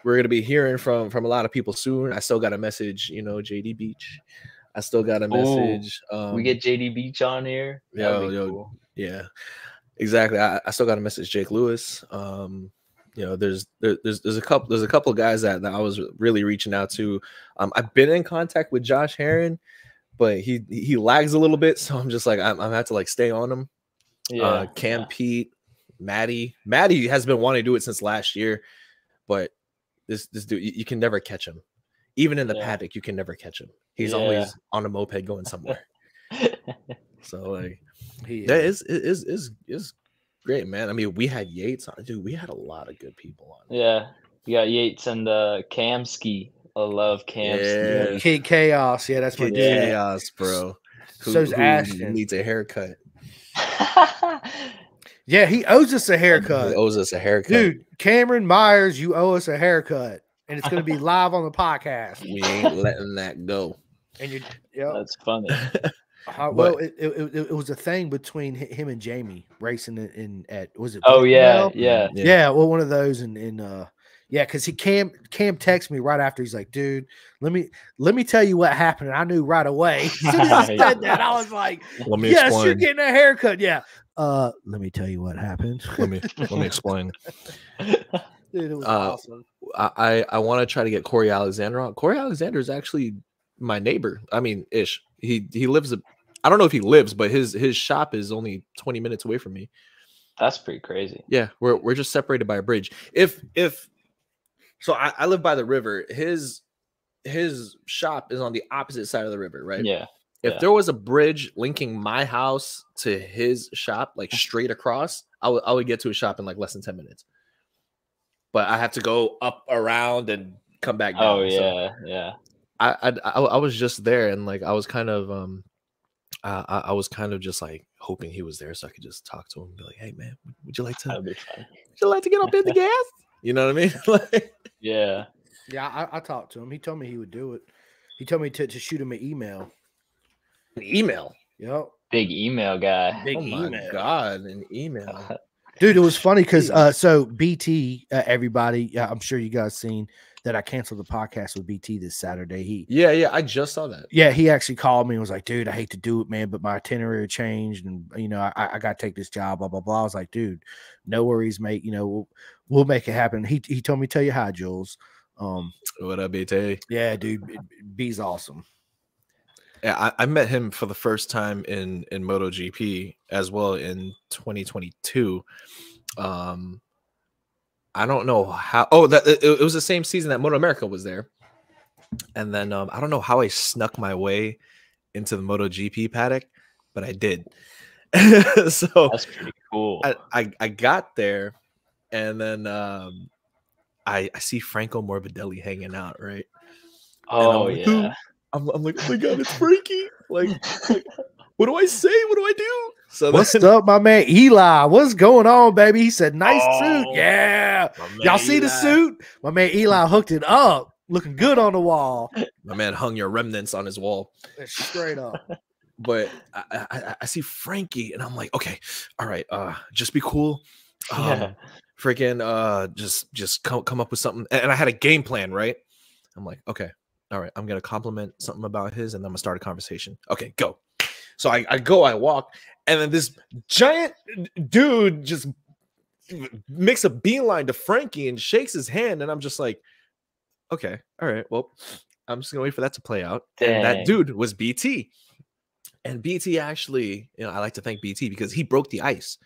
we're gonna be hearing from from a lot of people soon. I still got a message, you know, JD Beach. I still got a message. um, Oh, we get JD Beach on here. yo, That'd be yo, cool. yeah, exactly. I, I still got to message Jake Lewis. Um, you know, there's there, there's there's a couple there's a couple guys that, that I was really reaching out to. Um, I've been in contact with Josh Heron, but he he lags a little bit, so I'm just like I'm I'm have to like stay on him. Yeah. uh, Cam Pete, Maddie. Maddie has been wanting to do it since last year, but this this dude you, you can never catch him. Even in the Yeah. paddock, you can never catch him. He's Yeah. always on a moped going somewhere. so like He that is it is is is great, man. I mean, we had Yates on, dude. We had a lot of good people on. yeah. We got Yates and uh, Kamsky. I love Kamsky. Yeah. Kid Chaos. Yeah, that's my Kid dude. Yeah. Chaos, bro. So's Ashton. needs a haircut? Yeah, he owes us a haircut. Who owes us a haircut? Dude, Cameron Myers, you owe us a haircut. And it's gonna be live on the podcast. we ain't letting that go. And you yeah. That's funny. Uh, well, it, it, it, it was a thing between hi- him and Jamie racing in, in at was it? Oh yeah, Bentonville? yeah. Yeah. yeah, Well, one of those, and and uh, yeah, because he Cam Cam texted me right after. He's like, dude, let me let me tell you what happened. And I knew right away. As soon as he said that, I was like, Let me yes, explain. you're getting a haircut. Yeah. Uh, let me tell you what happened. let me let me explain. Dude, it was Uh, awesome. I I want to try to get Corey Alexander on. Corey Alexander is actually my neighbor. I mean, ish. He he lives. a- I don't know if he lives, but his his shop is only twenty minutes away from me. That's pretty crazy. Yeah, we're we're just separated by a bridge. If if so, I, I live by the river. His his shop is on the opposite side of the river, right? Yeah. If yeah. there was a bridge linking my house to his shop, like straight across, I would I would get to his shop in like less than ten minutes. But I have to go up around and come back. Down. Oh so- yeah, yeah. I, I I I was just there and like I was kind of um I I- I was kind of just like hoping he was there so I could just talk to him and be like, hey man, would- would you like to That'd be fun. would you like to get up in the gas? You know what I mean? like, Yeah. Yeah, I, I talked to him. He told me he would do it. He told me to, to shoot him an email. an email. Yep. Big email guy. oh my god, an email. Dude, it was funny because Jeez. uh, so BT, uh, everybody, uh, I'm sure you guys seen that I canceled the podcast with BT this Saturday. He, Yeah, yeah, I just saw that. yeah, he actually called me and was like, "Dude, I hate to do it, man, but my itinerary changed, and uh, you know, I, I got to take this job." Blah blah blah. I was like, "Dude, no worries, mate. You know, we'll, we'll make it happen." He he told me tell you hi, Jules. Um, What up, BT? yeah, dude, B- B's awesome. Yeah, I, I met him for the first time in in MotoGP as well in 2022. Um, I don't know how. Oh, that it, it was the same season that Moto America was there, and then um, I don't know how I snuck my way into the MotoGP paddock, but I did. so That's pretty cool. I, I I got there, and then um, I I see Franco Morbidelli hanging out right. and I'm oh like, "Who?" yeah. I'm, I'm like, oh my god, it's Frankie! Like, like, what do I say? What do I do? So What's then- up, my man Eli? What's going on, baby? He said, "Nice Oh, suit, yeah." my man Y'all see the Eli- suit? My man Eli hooked it up, looking good on the wall. uh, My man hung your remnants on his wall. Straight up. But I, I, I- I see Frankie, and I'm like, okay, all right, uh, just be cool. Um, Yeah. freaking uh just just come come up with something and and i had a game plan right i'm like okay all right i'm gonna compliment something about his and i'm gonna start a conversation okay go so i, I go i walk and then this giant dude just makes a beeline to frankie and shakes his hand and i'm just like okay all right well i'm just gonna wait for that to play out and that Dang. dude was bt and bt actually you know i like to thank bt because he broke the ice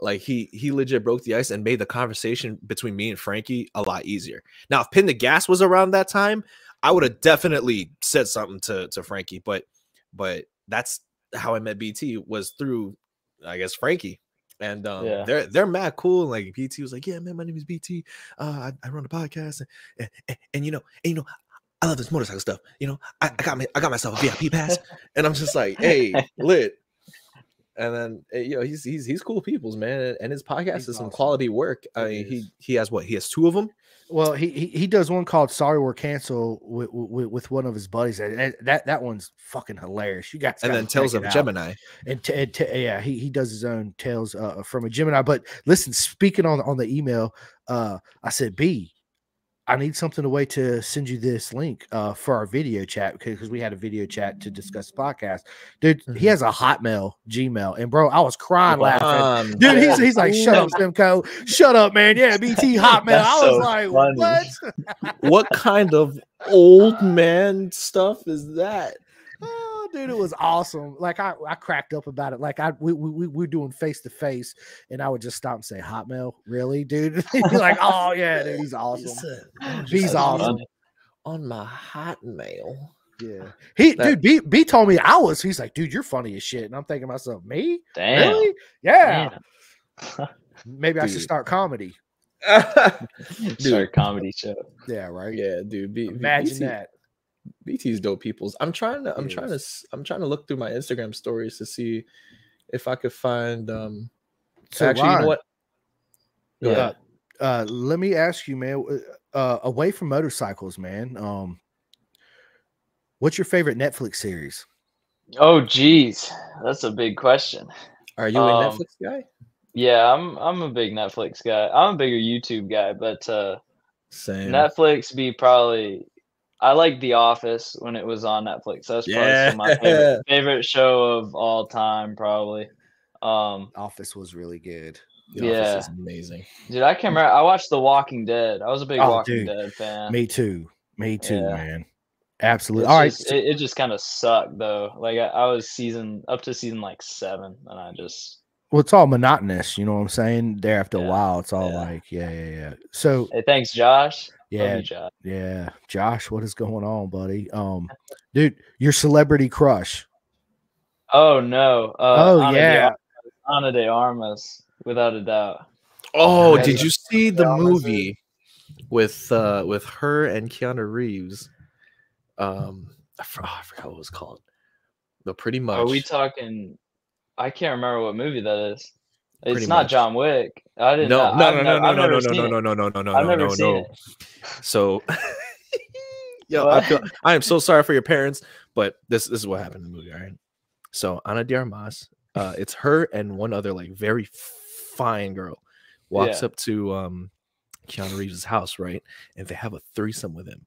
like he he legit broke the ice and made the conversation between me and Frankie a lot easier. Now, if Pin the Gas was around that time, I would have definitely said something to to Frankie, but but that's how I met BT was through I guess Frankie. And um, Yeah. they're they're mad cool. Like BT was like, yeah, man, my name is BT. Uh, I, I run a podcast, and, and, and you know, and you know, I love this motorcycle stuff. You know, I, I got me, I got myself a VIP pass, and I'm just like, hey, lit. And then eh, you know he's he's he's cool people's man, and- and his podcast He's is some awesome. quality work. I He mean, he is. he has what he has two of them. Well, he, he he does one called "Sorry We're Canceled" with with, with one of his buddies. and- and that that one's fucking hilarious. You guys, and gotta then Tales check of it out. Gemini. and, t- and t- yeah, he, he does his own tales uh, from a Gemini. But listen, speaking on on the email, uh, I said, B, I need something a way to send you this link uh, for our video chat because we had a video chat to discuss the podcast. Dude, he Mhm. has a Hotmail Gmail, and bro, I was crying laughing. Um, Dude, he's, he's like, shut up, Simco. Shut up, man. Yeah, BT Hotmail. I That's was so like, funny. what? what kind of old man stuff is that? Oh, dude, it was awesome. Like I, I cracked up about it. Like I, we, we, we were doing face to face, and I would just stop and say, "Hotmail, really, dude?" He'd be like, "Oh yeah, dude, he's awesome." He's That's awesome. funny. on my hotmail. Yeah, he, That- dude, B, B told me I was. He's like, "Dude, you're funny as shit," and I'm thinking to myself, "Me, Damn. really? Yeah, Damn. maybe I should Dude. start comedy." Start a comedy show. Yeah, right. Oh, yeah, dude. B- B- Imagine BT that. BT's dope peoples. I'm trying to. I'm trying to. s- I'm trying to look through my Instagram stories to see if I could find. um So Actually, you know Ryan, what? Go Yeah. ahead. uh, let me ask you, man. uh, Uh, away from motorcycles, man. Um, what's your favorite Netflix series? Oh, geez, that's a big question. Are you a Um, Netflix guy? Yeah, I'm I'm a big Netflix guy. I'm a bigger YouTube guy, but uh, Same. Netflix be probably. I like The Office when it was on Netflix. That's probably still my Yeah. favorite, favorite show of all time, probably. Um, Office was really good. The Office yeah. is amazing. dude, I can't remember. I watched The Walking Dead. I was a big Oh, Walking dude. Dead fan. Me too. Me too, Yeah. man. Absolutely. It's All right. just- it, it just kind of sucked though. Like I, I was season up to season like seven, and I just well, it's all monotonous. You know what I'm saying? There after a Yeah, while, it's all yeah. like, yeah, yeah, yeah. So hey, thanks, Josh. Love yeah, you, Josh. yeah. Josh, what is going on, buddy? Um, dude, your celebrity crush. Oh no. Uh, Oh, Ana de yeah. Ar- Ana de Armas, without a doubt. Oh, Yeah, did yeah. you see the Yeah, that's it. movie with uh with her and Keanu Reeves? Um, I, for, oh, I forgot what it was called. But pretty much, Are we talking? I can't remember what movie that is. It's Pretty not much. John Wick. I no, didn't. no, know- no, I've no, nev- I've no, no, no, never no, seen no, it. no, no, no, no, no, I've no, never no, seen no. it. So, yo, I, What? feel, I am so sorry for your parents, but this this is what happened in the movie. All right, so Ana de Armas, uh, it's her and one other like very fine girl walks Yeah. up to um Keanu Reeves' house, right, and they have a threesome with him,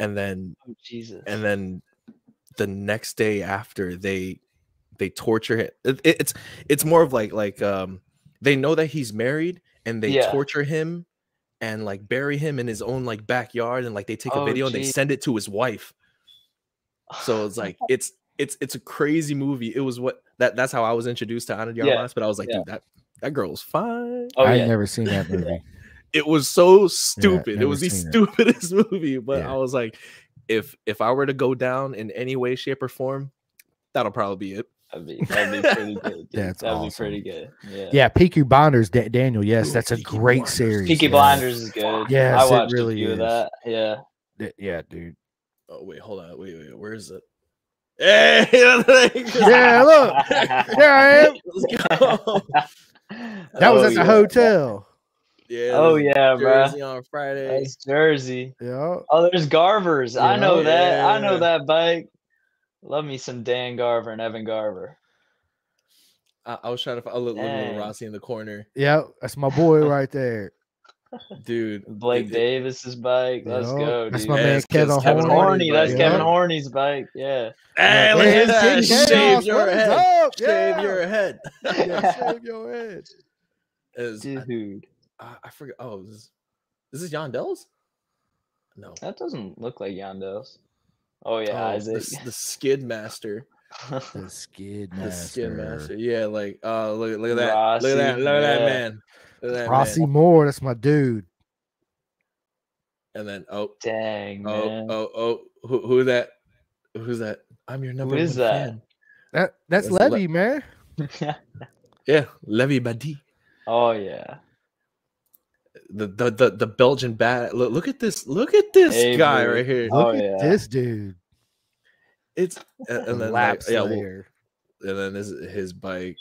and then Oh, Jesus. and then the next day after they they torture him it, it- it's it's more of like like um they know that he's married and they Yeah. torture him and like bury him in his own like backyard and like they take a Oh, video and they gee. send it to his wife so it's like it's it's it's a crazy movie it was what that that's how i was introduced to Ana de Yeah, Armas, but i was like yeah. dude that that girl's fine oh I've yeah. never seen that movie. it was so stupid. it never was the seen it. stupidest movie, but Yeah. I was like, if if I were to go down in any way, shape, or form, that'll probably be it. That'd be, that'd be pretty good. dude. That's that'd awesome. be pretty good. Yeah. yeah, Peaky Blinders, Da- Daniel. Yes, Ooh, that's a Peaky great Blinders. series. Peaky yeah. Blinders is good. Yes, I it watched really a few is. of that. Yeah. Th- Yeah, dude. Oh wait, hold on, wait, wait, where is it? Hey, yeah, Yeah, look. There I am. let's go. That was Oh, at the yeah. hotel. Yeah, Oh this is yeah, bro. Jersey on Friday. That's Jersey. Yeah. Oh, there's Garvers. I Yeah. know that. I Yeah. know that bike. Love me some Dan Garver and Evan Garver. I, I was trying to find a little, Dang. little Rossi in the corner, Yeah, that's my boy right there. dude. Blake it- it- Davis's bike. Let's Yeah, go, That's dude. my Yeah, man, it's 'cause Kevin, Kevin Horn. Horny's Horny. bike, That's Kevin yeah. Horny's bike. Yeah. Hey, look Yeah, at that. shake hands, Shave what your is head. up? Shave Yeah. your head. Yeah, shave your head. Is- I- Dude, I, I forget. Oh, is this, is this Yondel's? No. that doesn't look like Yondel's. Oh yeah, Oh, the, Isaac. s- the Skid Master. The skid The master. Skid Master. Yeah, like, oh, look, look at that. Rossi, look at that. Look at that yeah. man. Look at that man. Rossi Moore, that's my dude. And then, oh, Dang oh, man. oh, oh, who, who that? Who's that? I'm your number one is that? fan. That that's, That's Le- Levy, man. Yeah, Levi Badi. oh yeah. the the the, the Belgian bat. Look, look at this. Look at this Hey, guy bro. right here. Oh, Look at yeah. this dude. It's and, and then like, laps yeah, well, there. and then his his bike.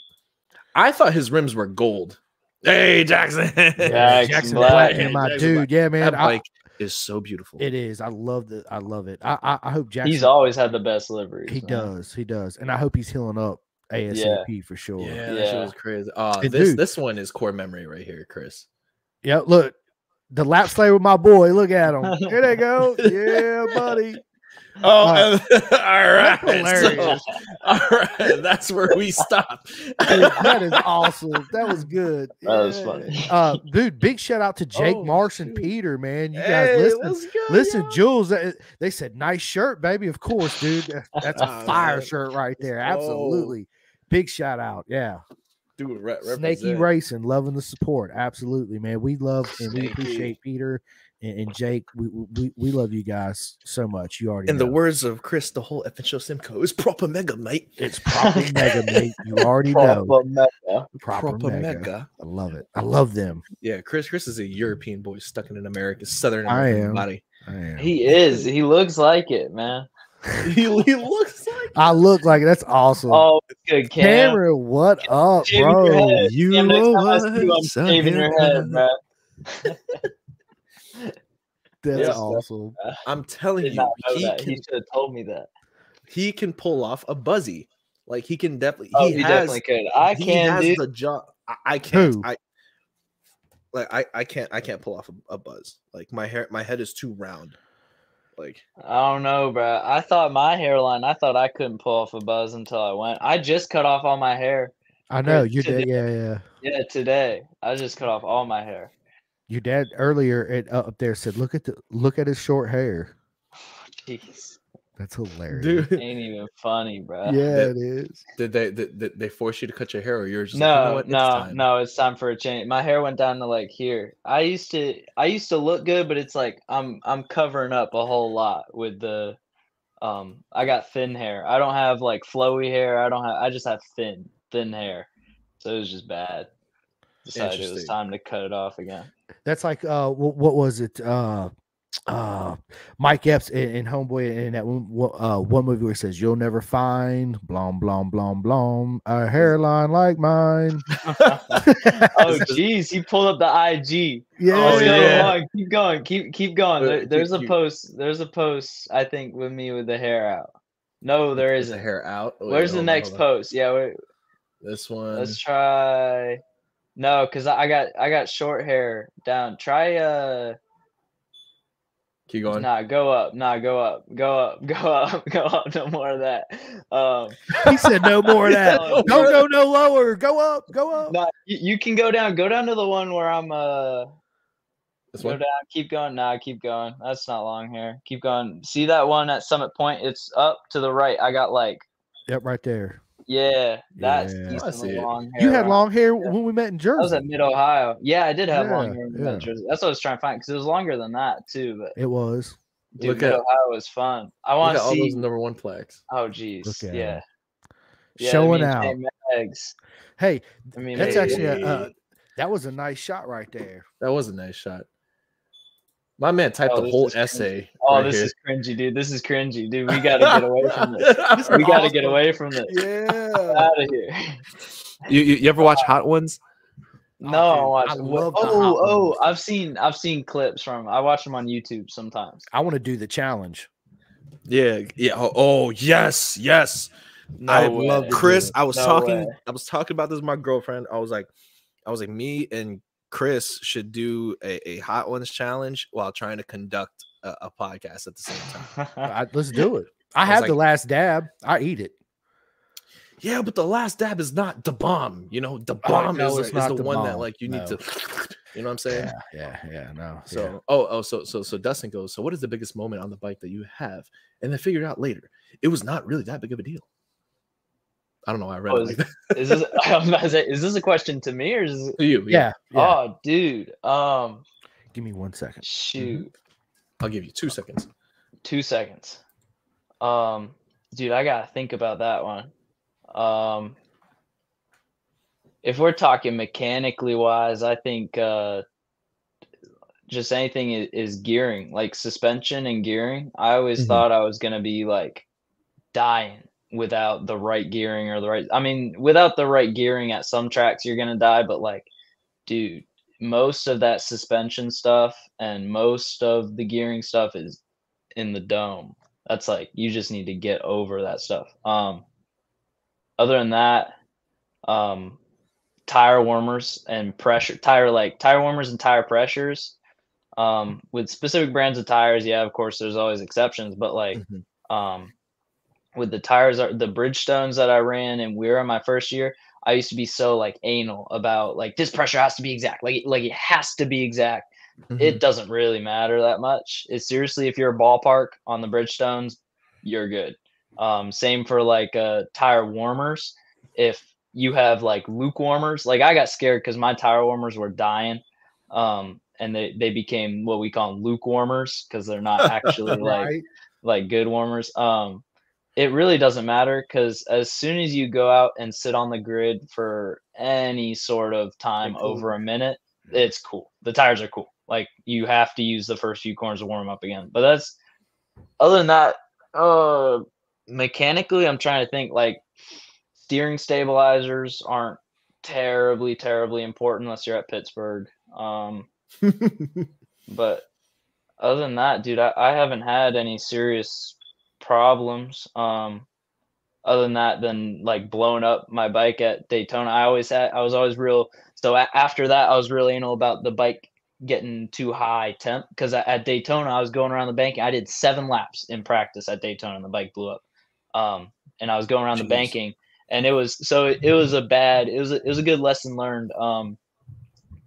I thought his rims were gold. Hey Jackson. Jackson Black. Hey, Blackman, my Jackson Black. dude. Yeah, man. That I- bike is so beautiful. it is. I love the. I love it. I I, I hope Jackson. He's always had the best livery. He does. He does. And I hope he's healing up ASAP for sure. Yeah, Yeah. that shit Yeah. was crazy. Uh, Hey, this dude. this one is core memory right here, Chris. Look, the lap slay with my boy. Look at him. Here they go. Yeah, buddy. Oh, Uh, and- all right. so- hilarious. all right. That's where we stop. Dude, that is awesome. That was good. That was Yeah. funny. Uh, dude, big shout out to Jake Oh, Marsh and shoot. Peter, man. You Hey, guys listen. let's go, Listen, y'all. Jules, that- they said, nice shirt, baby. Of course, dude. That- That's a Oh, fire man. shirt right there. Let's go. Absolutely. Big shout out. Yeah. Dude, re- Snaky represent. Racing, loving the support. Absolutely, man. We love and we Snaky. appreciate Peter and, and Jake. We, we we love you guys so much. You already In the know. words of Chris, the whole effing show Simcoe is proper mega, mate. It's proper mega, mate. You already know. Proper mega. Proper, mega. I love it. I love them. Yeah, Chris. Chris is a European boy stuck in an American Southern I American am. body. I, am. He is. He looks like it, man. he, he looks like I look like that's awesome. Oh, good camera. Cameron, what up, Shave your bro? head. You Damn, next know time I see you, I'm what? Son, shaving your head, man. That's Yeah. awesome. I'm telling Did you, not know he that. can He should have told me that. he can pull off a buzzy. Like he can definitely. Oh, he, he, has. definitely could. I he can, has dude. the job. I, I can't. Who? I like. I, I can't. I can't pull off a, a buzz. Like my hair. My head is too round. Like I don't know, bro. I thought my hairline. I thought I couldn't pull off a buzz until I went. I just cut off all my hair. I know Chris you today. did. Yeah, yeah. Yeah, today I just cut off all my hair. Your dad earlier at, uh, up there said, "Look at the look at his short hair." Jeez, That's hilarious. dude, ain't even funny, bro. Yeah, that- it is. did they did, did they force you to cut your hair, or you're just like, you know No, what, it's no, time." no. It's time for a change. My hair went down to like here. I used to, I used to look good, but it's like I'm, I'm covering up a whole lot with the, um, I got thin hair. I don't have like flowy hair. I don't have. I just have thin, thin hair. So it was just bad. Decided it was Interesting. time to cut it off again. That's like uh, what, what was it? Uh, uh, Mike Epps in, in Homeboy in that one, wo- uh, one movie where he says, "You'll never find blom blom blom blom a hairline like mine." Oh, jeez, he pulled up the IG. yeah, Oh, yeah. yeah. Keep going. Keep keep going. Uh, There- keep- there's a keep- post. There's a post. I think with me with the hair out. No, there Is the isn't. hair out? Oh, wait, Where's the hold on, next hold on. post? Yeah, wait, This one. let's try. No, cause I I got I got short hair down. Try uh Keep going. nah go up nah go up go up go up go up no more of that. Um he said, "No more of that. no, Go go no lower. Go up. Go up." nah, you, you can go down go down to the one where I'm uh This Go one. down, keep going. Nah, keep going. That's not long hair. Keep going. See that one at Summit Point? It's up to the right. I got like, Yep, right there. yeah, that's Yeah. I decent see it. long hair. You had right? long hair Yeah. when we met in I was Jersey. at Mid Ohio. Yeah, I did have long Yeah, hair. in yeah. Mid Jersey. That's what I was trying to find because it was longer than that too. But It was. Look dude, Mid at- Ohio was fun. I Look want at to all those see. number one plaques. Oh, geez, Look at yeah. him. yeah Showing I mean, out. Megs. Hey, I mean, That's maybe- actually a- uh, that was a nice shot right there. That was a nice shot. My man typed Oh, the this whole is cringy. essay. Oh, right this here. is cringy, dude. This is cringy, dude. We gotta get away from this. We gotta get away from this. Yeah. Out of here. You, you, you ever watch Hot Ones? No, I Oh, dude, watch. I what- love the oh, hot oh, ones. I've seen, I've seen clips from. I watch them on YouTube sometimes. I want to do the challenge. Yeah, yeah. Oh, oh, yes, yes. No I way. love to- Chris, I was No talking. way. I was talking about this with my girlfriend. I was like, I was like, me and Chris should do a, a Hot Ones challenge while trying to conduct a, a podcast at the same time. I- let's do it. I was have the like- last dab. I eat it. Yeah, but the last dab is not the bomb. You know, the Oh, bomb no, is, it's is not the the one that bomb. like you need No. to. You know what I'm saying? yeah, yeah. No. So, So oh, oh, so, so, so Dustin goes, so what is the biggest moment on the bike that you have? And then figured out later, it was not really that big of a deal. I don't know. why I read Oh, it like is- that is this? I was about to say, is this a question to me or is? This, to you. yeah. yeah. Oh, dude. Um, Give me one second. shoot. I'll give you two seconds. Two seconds. Um, dude, I gotta think about that one. Um, if we're talking mechanically wise, I think uh, just anything is, is gearing, like suspension and gearing. I always Mhm. thought I was gonna be like dying without the right gearing or the right. I mean, without the right gearing at some tracks you're gonna die, but like, dude, most of that suspension stuff and most of the gearing stuff is in the dome. That's like you just need to get over that stuff. Um, other than that, um, tire warmers and pressure tire like tire warmers and tire pressures. Um, with specific brands of tires, yeah, of course, there's always exceptions, but like Mhm. um, with the tires, uh, the Bridgestones that I ran in Weir my first year, I used to be so like anal about like this pressure has to be exact, like like it has to be exact Mm-hmm. it doesn't really matter that much. It's seriously, if you're a ballpark on the Bridgestones, you're good. Um, same for like uh, tire warmers. If you have like luke warmers, like I got scared because my tire warmers were dying, um, and they they became what we call luke warmers because they're not actually like Right. like good warmers. Um, it really doesn't matter because as soon as you go out and sit on the grid for any sort of time cool. over a minute, it's cool. The tires are cool. Like you have to use the first few corners to warm up again. But that's other than that, uh, mechanically, I'm trying to think like steering stabilizers aren't terribly, terribly important unless you're at Pittsburgh. Um, but other than that, dude, I, I haven't had any serious problems. Um, other than that, than like blowing up my bike at Daytona, I always had, I was always real. So a- after that, I was real anal about the bike getting too high temp because at Daytona, I was going around the bank. I did seven laps in practice at Daytona, and the bike blew up. Um, and I was going around the Jeez. banking, and it was so it, it was a bad, it was a, it was a good lesson learned. Um,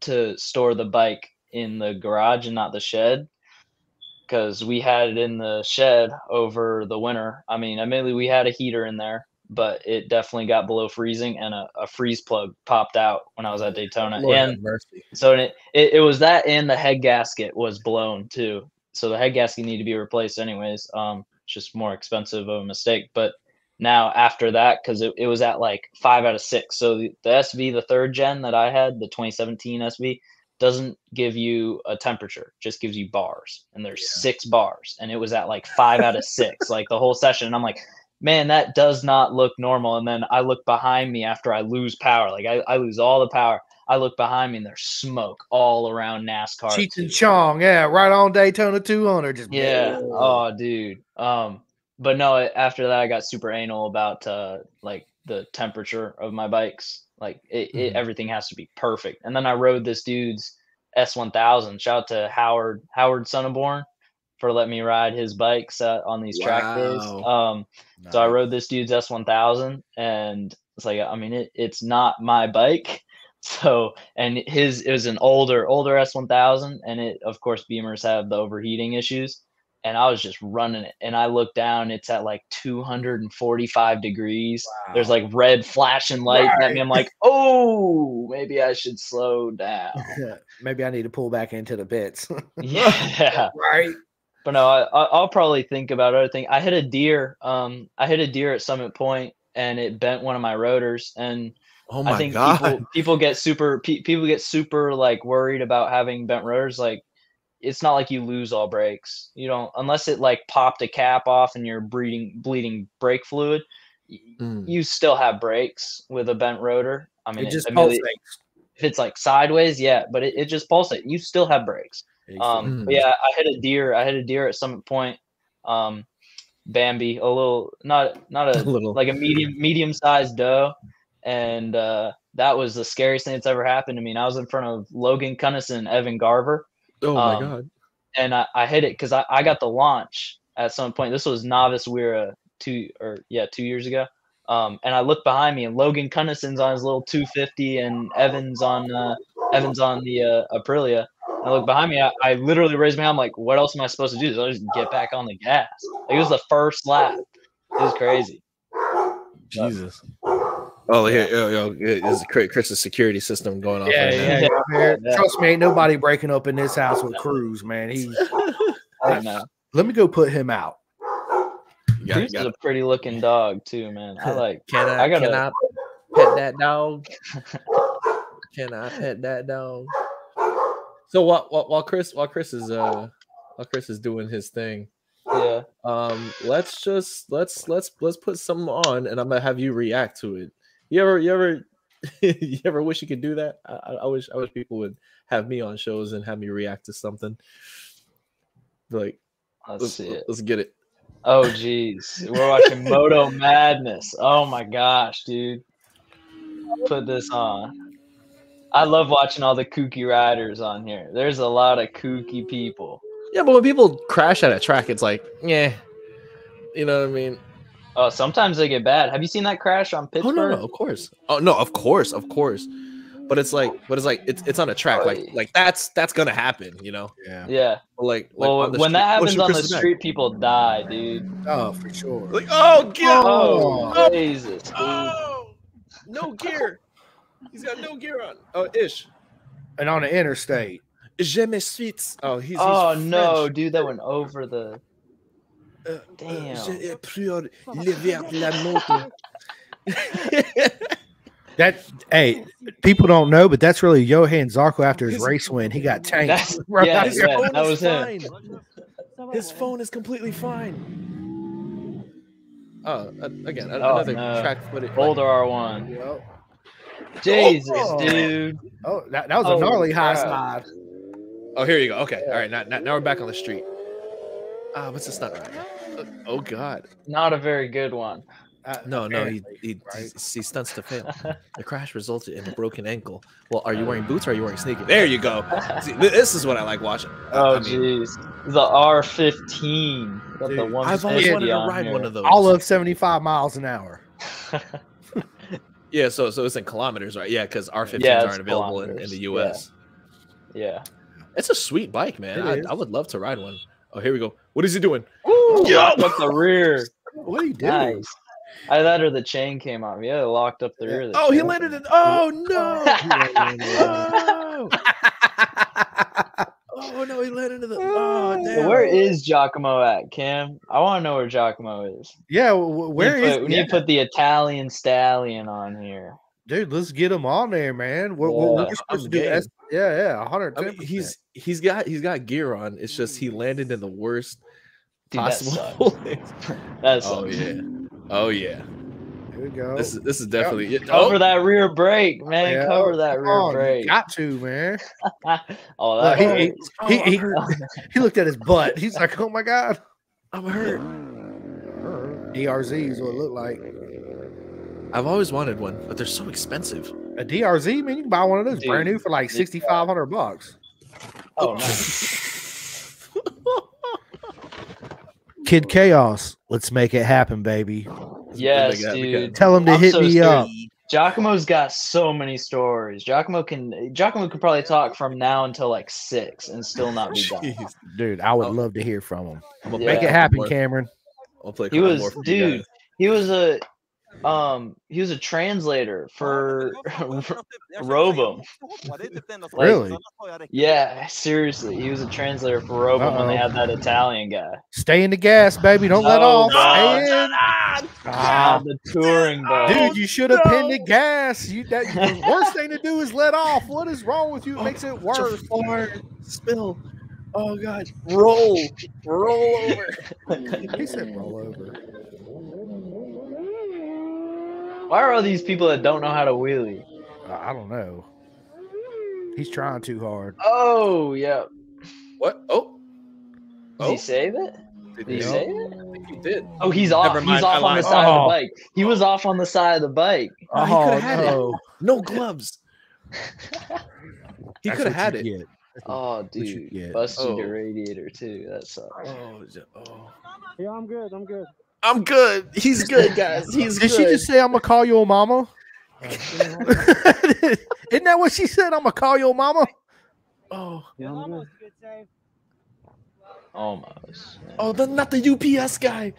to store the bike in the garage and not the shed because we had it in the shed over the winter. I mean, admittedly, we had a heater in there, but it definitely got below freezing, and a, a freeze plug popped out when I was at Daytona. Lord have and mercy. so it, it, it was that, and the head gasket was blown too. So the head gasket needed to be replaced, anyways. Um, it's just more expensive of a mistake. But now after that, because it, it was at like five out of six. So the, the SV, the third gen that I had, the 2017 SV, doesn't give you a temperature, just gives you bars. And there's six bars. And it was at like five out of six, like the whole session. And I'm like, man, that does not look normal. And then I look behind me after I lose power. Like I, I lose all the power. I look behind me and there's smoke all around NASCAR. Cheech and too. Chong, yeah, right on Daytona 200. Just Yeah. Oh, dude. Um, but no, a- after that, I got super anal about uh, like the temperature of my bikes. Like it, it, everything has to be perfect. And then I rode this dude's S1000. Shout out to Howard Howard Sonneborn for letting me ride his bikes uh, on these track days. Wow. Um, so I Uh-huh. rode this dude's S1000, and it's like, I mean, it, it's not my bike. So, and his it was an older, older S1000, and it, of course, Beamers have the overheating issues. And I was just running it, and I look down, it's at like 245 degrees. There's like red flashing light at me. I'm like, oh, maybe I should slow down. maybe I need to pull back into the bits. yeah. right. But no, I, I- I'll probably think about other things. I hit a deer. Um, I hit a deer at Summit Point, and it bent one of my rotors. And Oh I think people people get super pe- people get super like worried about having bent rotors. Like, it's not like you lose all brakes. You don't unless it like popped a cap off and you're bleeding bleeding brake fluid. y- Mm. You still have brakes with a bent rotor. I mean, Hmm. It just admittedly, pulsates. if it's like sideways, yeah, but it, it just pulsates. You still have brakes. Um, but Mm. yeah, I hit a deer. I hit a deer at some point. Um, Bambi, a little, not not a a little like a medium medium sized doe, and uh, that was the scariest thing that's ever happened to me. And I was in front of Logan Cunnison, Evan Garver, oh my um, god and I, I hit it because I, I got the launch at some point. This was novice Weira two or yeah two years ago. Um, and I looked behind me, and Logan Cunnison's on his little 250, and Evans on uh, Evans on the uh, Aprilia. And I look behind me. I, I literally raised my hand. I'm like, "What else am I supposed to do? So I just get back on the gas." Like, it was the first lap. It was crazy. jesus oh yeah, yeah, yeah, it is Chris- chris's security system going off right now. Yeah, yeah, man. Yeah. Trust me, ain't nobody breaking up in this house with Cruz, man. He I know. let me go put him out. You gotta- Deuce is gotta- a pretty looking dog too, man. I like. Can I, I gotta- can I pet that dog? can I pet that dog? So while, while while Chris while Chris is uh while Chris is doing his thing, Yeah. um let's just let's let's let's put some on and i'm gonna have you react to it you ever you ever you ever wish you could do that I, I I wish i wish people would have me on shows and have me react to something Be like Let's let's, see it. let's get it Oh jeez. We're watching Moto Madness. Oh my gosh, dude. Put this on. I love watching all the kooky riders on here. There's a lot of kooky people. yeah but when people crash at a track it's like yeah you know what i mean Oh, sometimes they get bad. Have you seen that crash on oh Pittsburgh? no, no of course oh no of course of course but it's like but it's like it's, it's on a track like like that's that's gonna happen you know Yeah. Yeah. like, like Well, on when the that street- oh, happens shoot, on Chris the is back. street, people die, dude. Oh, for sure. Like, oh, get Oh, Oh. Jesus, dude. Oh, no gear. He's got no gear on. Oh, ish. And on the interstate. Je me suite. Oh, he's. he's oh no, French. dude, that went over the. Uh, uh, Damn. j'ai peur lever la moto. That hey, people don't know, but that's really Johan Zarco after his race win. He got tanked. That's Right yeah, out His here. yeah, phone that is was him. fine. His phone is completely fine. Oh, a- again, a- Oh, another no. track footage. Boulder R1. Yep. Jesus, Oh. dude. Oh, that, that was a Oh, gnarly high slide. crap. Oh, here you go. Okay, all right. Now, now, now we're back on the street. Ah, what's this not right? Uh, Oh God. Not a very good one. Uh, No, no. He he, right? he he stunts to fail. The crash resulted in a broken ankle. Well, are you wearing boots or are you wearing sneakers? There you go. See, th- this is what I like watching. Oh I mean, jeez. The R15. Got the Dude, one I've always Yeah. wanted to ride one Oh, of those. all of 75 miles an hour. those. yeah. So so it's in kilometers, right? Yeah, because R15s Yeah, it's aren't available in, in kilometers. the Yeah. U.S. yeah. It's a sweet bike, man. It I, is. I would love to ride one. Oh, here we go. What is he doing? Oh, Ooh, Yo! locked up the rear. What are you doing? Nice. I that or the chain came off. Yeah, it locked up the Yeah. rear. of the Oh, he chain. landed it. Oh no. oh, oh no, he landed into the. Oh So damn. where is Giacomo at, Cam? I want to know where Giacomo is. Yeah, wh- We need where to is put, we need to put the Italian stallion on here? dude? Let's get him on there, man. What, Yeah. what, what we're supposed to do? game. That's, yeah, yeah, 100. I mean, he's he's got he's got gear on. It's just he landed in the worst Dude, that sucks. possible. place. That's oh yeah. Oh yeah. here we go. This is this is definitely. it. Cover Oh, that rear brake, man. Yeah, Cover that come rear on, you brake. Got to man. oh, Look, that he, hurt. he, he, he, Oh, he looked at his butt. He's like, "Oh my god, I'm hurt. DRZ is what it looked like." I've always wanted one, but they're so expensive. A DRZ, man, you can buy one of those brand Dude. new for like 6,500 bucks. oh, nice. Kid Chaos, let's make it happen, baby. yes, got- we got- dude. Tell him to I'm hit so me scared. up. Giacomo's got so many stories. Giacomo can Giacomo could probably talk from now until like six and still not be done. Jeez. Dude, I would Oh. love to hear from him. I'm gonna Yeah. Make play it a happen, couple more- Cameron. I'll play a He couple was- more for you dude, guys. He was a um he was a translator Ah, for Robo. Really? yeah seriously he was a translator for Robo when they Uh-oh. had that Italian guy. Stay in the gas, baby. Don't let No, off. no, Stay no, in. Ah, Ah, the touring boat. dude, you should have pinned the gas. You that the worst thing to do is let off. What is wrong with you? It makes it worse. Spill. Oh god. Roll, roll over. He said roll over. Why are all these people that don't know how to wheelie? I I don't know. He's trying too hard. Oh yeah. What? Oh. Did he save it? Did he you- save it? I think he did. Oh, he's off. Never mind, He's off I on the lied. side of Oh. the bike. He was off on the side of the bike. Oh, he Oh, coulda had it. no. No gloves. he That's could have what had you it. get. Oh, you dude, get? busted the Oh. radiator too. That sucks. Oh, j- oh. Yeah, I'm good. I'm good. I'm good. He's good, guys. He's Did she just say I'm gonna call your mama? Isn't that what she said? I'm gonna call your mama. oh, Yeah, I'm good. Almost. man. oh, the, not the UPS guy.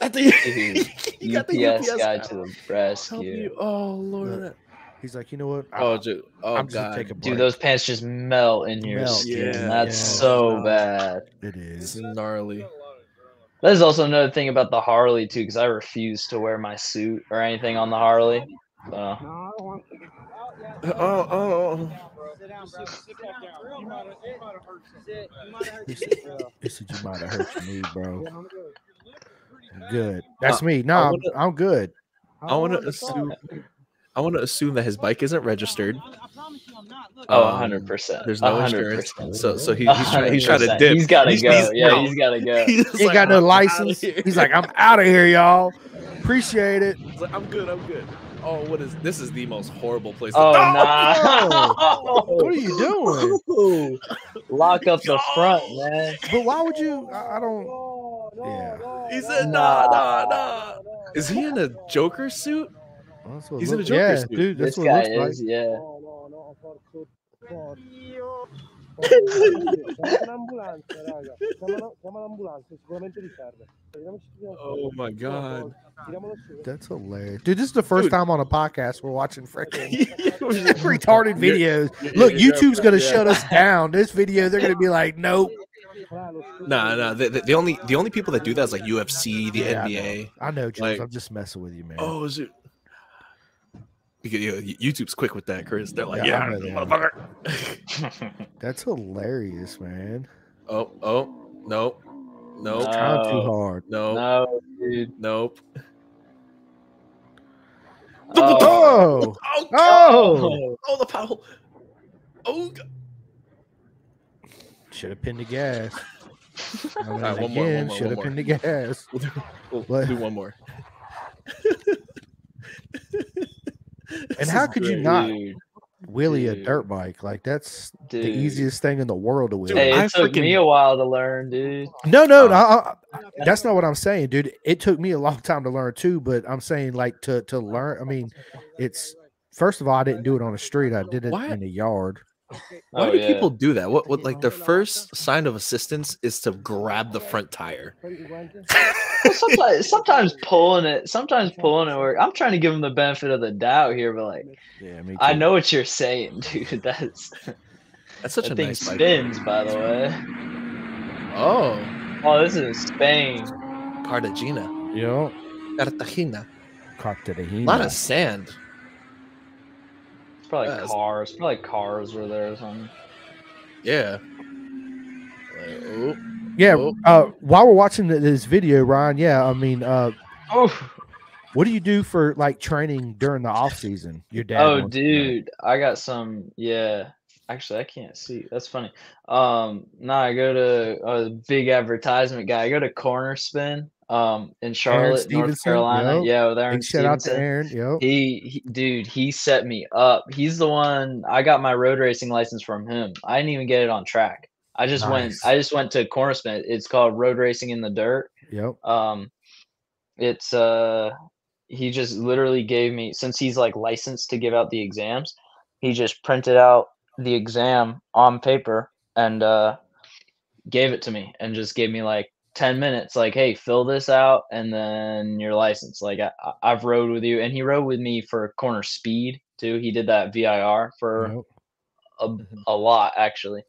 Not the, Dude, he got the UPS, UPS, guy to the Help rescue. you. Oh Lord. He's like, you know what? I- Oh, dude. Oh I'm just gonna God. take a break. Dude, those pants just melt in your Melt. skin. Yeah, That's yeah. so bad. it This is. is gnarly. That is also another thing about the Harley too, because I refuse to wear my suit Oh, or anything on the Harley. Uh, So, No, I don't want. Oh, oh, oh. sit down, bro. Sit back down. You might have you might have hurt something. You might have hurt He your said, knee, bro. he said you might have hurt your knee, bro. Yeah, I'm good. You're looking pretty Oh. I'm bad. good. That's me. No, I'm, wanna- I'm good. I Oh, want to assume. I want to assume that his bike isn't registered. I, I promise you, I'm not. Look, Oh, Um, 100%. There's no 100%. insurance, so so he, he's trying he's trying to 100%. dip. He's got to He's- go. he's- yeah, no. he's got to go. He's He ain't like, got no "I'm outta license. here." He's like, I'm out of here, y'all. Appreciate it. He's like, I'm good. I'm good. Oh, what is this? Is the most horrible place. Oh, to no. What are you doing? Ooh. Lock up the front, man. But why would you? I, I don't. no, no, Yeah. no, He no, said, no, "Nah, no, nah, no, nah." no, no, Is he in a Joker suit? Well, that's what it He's in a look- Joker yeah, suit. dude. That's This what it guy looks is, like. yeah. No, no, no, for good God. Chiama un'ambulanza, raga. Chiama una- chiama un'ambulanza, sicuramente ti serve. Vediamoci se abbiamo- Oh my god. Tiriamolo su. That's hilarious, dude. This is the first Dude. time on a podcast we're watching freaking You're- retarded videos. you're- Look, you're- YouTube's gonna yeah. shut us down. This video, they're gonna be like, nope. Fra, lo scudo- Nah, nah. The, the, the only the only people that do that is like UFC, the Yeah, I NBA. I know, Jules. Like- I'm just messing with you, man. Oh shoot. You- you- YouTube's quick with that, Chris. They're like, Yeah, yeah, I know they are. motherfucker. That's hilarious, man. oh, oh, no, no, Nah. Trying too Oh. hard. no, no, dude. nope. Oh, Oh, Oh, oh! oh, the pothole. Oh, God. Should have pinned the gas. I went All right, one more, one again, more, should one have more. pinned the gas. We'll What? do one more. And how could you great. not dude, wheelie a Dude. dirt bike? Like that's dude. the easiest thing in the world to wheel. Dude, Hey, it I took me freaking- a while to learn, dude. No, no, Um, no I, I- that's not what I'm saying, dude. It took me a long time to learn too, but I'm saying like to to learn. I mean, it's first of all, I didn't do it on the street. I did it Why- in the yard. Why Oh, do yeah. people do that? What, what, like, their first sign of assistance is to grab the front tire. prendi i guanti. Well, sometimes, sometimes pulling it, sometimes pulling it work. I'm trying to give them the benefit of the doubt here, but like, Yeah, me I know what you're saying, dude. That's That's such that a thing nice bike. spins, by the way. Oh, Oh, this is Spain. Cartagena, You know, Cartagena. cock to the A heel. lot of sand. It's probably Yes. cars. Probably cars were there or something. Yeah. Like, oh, Yeah. Oh. Uh, while we're watching th- this video, Ryan. Yeah, I mean, uh, Oh, what do you do for like training during the off season? Your dad. oh, wants to know. dude, I got some. Yeah, actually, I can't see. That's funny. Um, nah, I go to a big advertisement guy. I go to Corner Spin. Um, in Charlotte, North Stevenson, Carolina. yup. Yeah, with Aaron Big shout out to Stevenson. Aaron. Yo. He, he, dude, he set me up. He's the one I got my road racing license from him. I didn't even get it on track. I just went. Nice. I just went to Corner Spin. It's called Road Racing in the Dirt. Yep. um it's uh he just literally gave me since he's like licensed to give out the exams he just printed out the exam on paper and uh gave it to me and just gave me like 10 minutes like hey fill this out and then your license like I, I- i've rode with you and he rode with me for corner speed too he did that vir for Yep. a, Mhm. a lot actually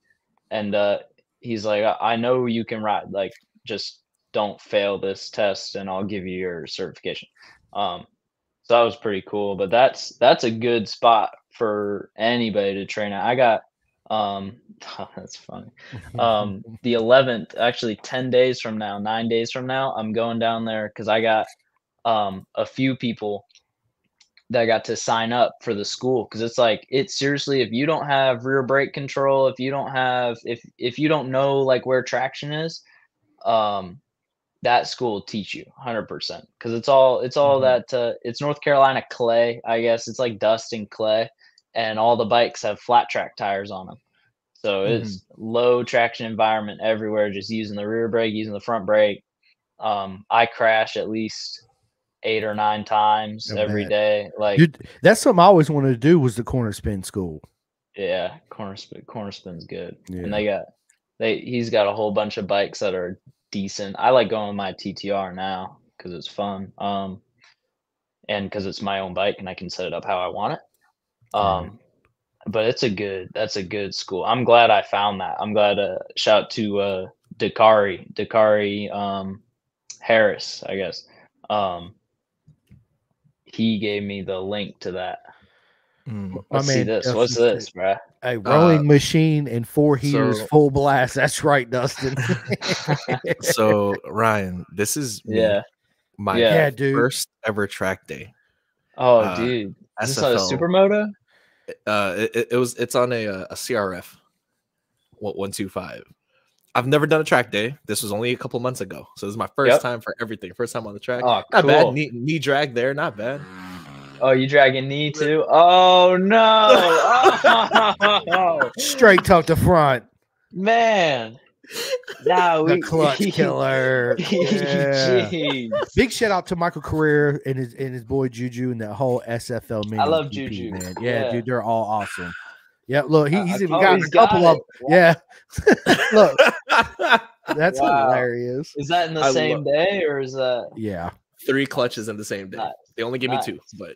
and uh he's like I, I know you can ride like just don't fail this test and i'll give you your certification um so that was pretty cool but that's that's a good spot for anybody to train at i got um that's funny um the 11th actually 10 days from now 9 days from now i'm going down there cuz i got um a few people that got to sign up for the school because it's like it seriously if you don't have rear brake control if you don't have if if you don't know like where traction is um that school will teach you 100% because it's all it's all that uh, it's north carolina clay i guess it's like dust and clay and all the bikes have flat track tires on them so Mm-hmm. it's low traction environment everywhere just using the rear brake using the front brake um i crash at least eight or nine times I every bet. day like Dude, that's something I always wanted to do was the corner spin school. yeah, corner spin, corner spin's good, Yeah. and they got they he's got a whole bunch of bikes that are decent. I like going with my TTR now because it's fun, um, and because it's my own bike and I can set it up how I want it. Right. Um, but it's a good that's a good school. I'm glad I found that. I'm glad. Uh, shout to uh, Dakari Dakari um, Harris, I guess. Um, he gave me the link to that. Mm. My Let's see man this. Dustin What's said, this, bruh? A rowing Uh, machine and four heaters so- full blast. That's right, Dustin. So Ryan, this is me, Yeah. my Yeah. yeah, dude. first ever track day. Oh, Uh, dude. Is this SFL. a supermoto? uh, it- it, it was it's on a uh, a CRF, one one two five. I've never done a track day. This was only a couple months ago, so this is my first Yep. time for everything. First time on the track. Oh, not bad. cool. Knee, knee drag there, not bad. Oh, you dragging knee too? Oh no! Oh, Straight tuck to front. man. Nah, The we clutch killer. Yeah. Jeez. Big shout out to Michael Career and his and his boy Juju and that whole SFL man. love Juju. man. Yeah, Yeah. dude, they're all awesome. Yeah, look, he, I- he's I- even oh, got he's a couple got of. Yeah, look, that's Wow. hilarious. Is that in the I same day or is that Yeah, Three clutches in the same day. Nice. They only gave me two, but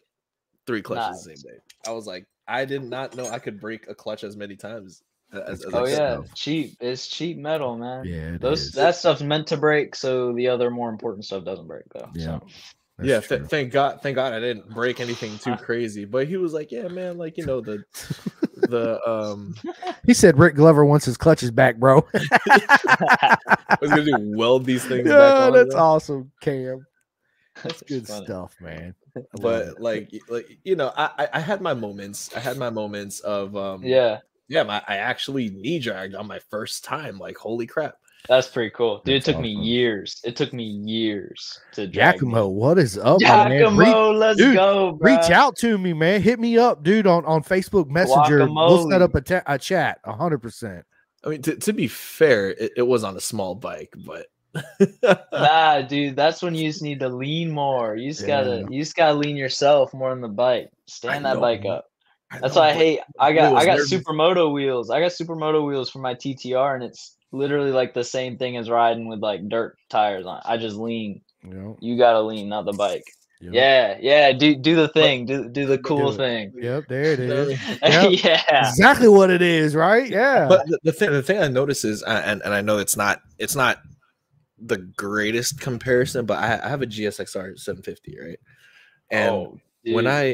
three clutches in Nice. the same day. I was like, I did not know I could break a clutch as many times. As, as I Oh could. yeah, cheap. It's cheap metal, man. yeah, it Those is. that stuff's meant to break, so the other more important stuff doesn't break though. Yeah. So, That's yeah, th- true. thank God, thank God I didn't break anything too crazy. But he was like, "Yeah, man, like you know the the um, he said Rick Glover wants his clutches back, bro. I was gonna do weld these things back yeah, on." that's yo. awesome, Cam. That's it's good funny. stuff, man. I love it. But like, y- like you know, I I- I had my moments. I had my moments of um, Yeah, yeah. My, I actually knee dragged on my first time. Like, holy crap! that's pretty cool, dude. That's it took me awesome. years. It took me years to drag. knee. Giacomo, what is up, my man? Reach- Giacomo, let's dude, go, bro. Reach out to me, man. Hit me up, dude, on, on Facebook Messenger. We'll set Guacamole. up a, ta- a chat. hundred percent. I mean, to, to be fair, it, it was on a small bike, but Nah, dude, that's when you just need to lean more. You just gotta, you just gotta lean yourself more on the bike. Stand that know, bike man. up. That's why I hate. I I got, was I got nervous. supermoto wheels. I got supermoto wheels for my TTR, and it's literally like the same thing as riding with like dirt tires on. I just lean. Yep. You gotta lean, not the bike. Yep. Yeah, yeah. Do do the thing. Do do the cool it. thing. Yep. There it is. yeah. Exactly what it is, right? Yeah. but the, the thing the thing I notice is, uh, and and I know it's not it's not the greatest comparison, but I, I have a GSXR 750, right? And when Oh, dude. I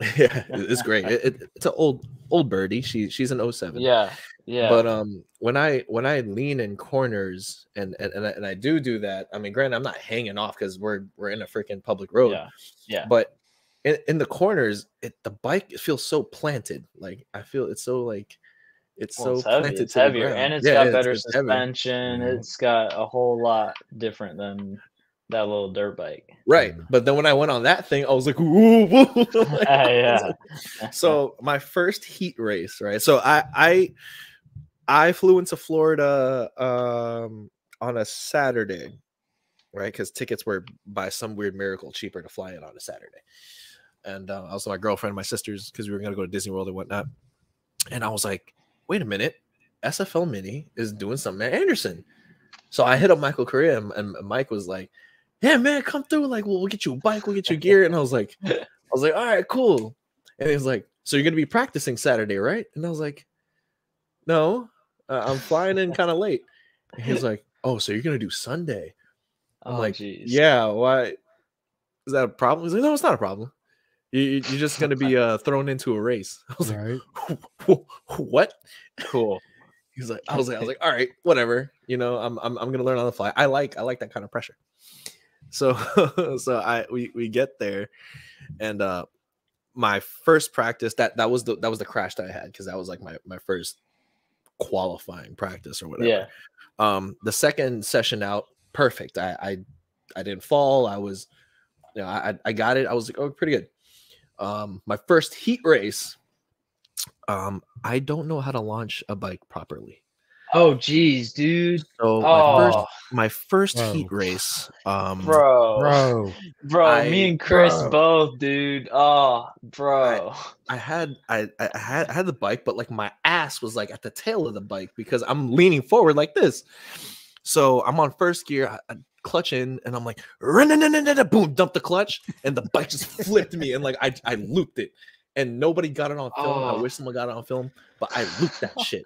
yeah, it- it's great. It, it- it's an old old birdie. She she's an 07. yeah, yeah. But um, when I when I lean in corners and and and I, and I do do that, I mean, granted, I'm not hanging off because we're we're in a freaking public road. yeah, yeah. But in, in the corners, it the bike it feels so planted. Like I feel it's so like it's Well, so it's heavy. planted It's to the heavier, ground. and it's Yeah, got yeah, better it's Mm-hmm. heavy. suspension. Yeah. It's got a whole lot different than that little dirt bike. Right. Yeah. But then when I went on that thing, I was like, ooh, woo. like, I was yeah. like- So my first heat race, right? So I I I flew into Florida um on a Saturday, right? Because tickets were by some weird miracle cheaper to fly in on a Saturday. And uh, also my girlfriend, my sisters, because we were gonna go to Disney World and whatnot. And I was like, wait a minute, SFL Mini is doing something at Anderson. So I hit up Michael Correa, and, and Mike was like, "Yeah, man, come through. Like, we'll, we'll get you a bike, we'll get you gear." And I was like, "I was like, all right, cool." And he was like, "So you're gonna be practicing Saturday, right?" And I was like, "No, uh, I'm flying in kind of late." And he was like, "Oh, so you're gonna do Sunday?" oh, like, jeez. Yeah. Why? Is that a problem? He's like, "No, it's not a problem. You, you- you're just gonna be uh, thrown into a race." I was like, right. "What?" cool. He was like, I was like, I was like, all right, whatever. You know, I'm I'm, I'm gonna learn on the fly. I like I like that kind of pressure. So so I we we get there, and uh my first practice that that was the that was the crash that I had because that was like my my first qualifying practice or whatever. Yeah, Um, the second session out, perfect. I I, I didn't fall. I was, you know, I I- I got it. I was like, oh, pretty good. Um, my first heat race. Um, I don't know how to launch a bike properly. Oh, jeez, dude. So my Oh, first my first Bro. heat race, um, bro, bro, Bro. me I- and Chris bro. both, dude. Oh, bro. I had I, I I had I had the bike, but like my ass was like at the tail of the bike because I'm leaning forward like this. So I'm on first gear, I, I clutch in, and I'm like, "Ren-a-na-na-na-na," boom, dump the clutch, and the bike just flipped me, and like I I looped it, and nobody got it on film. I Oh. wish someone got it on film, but I looped that shit.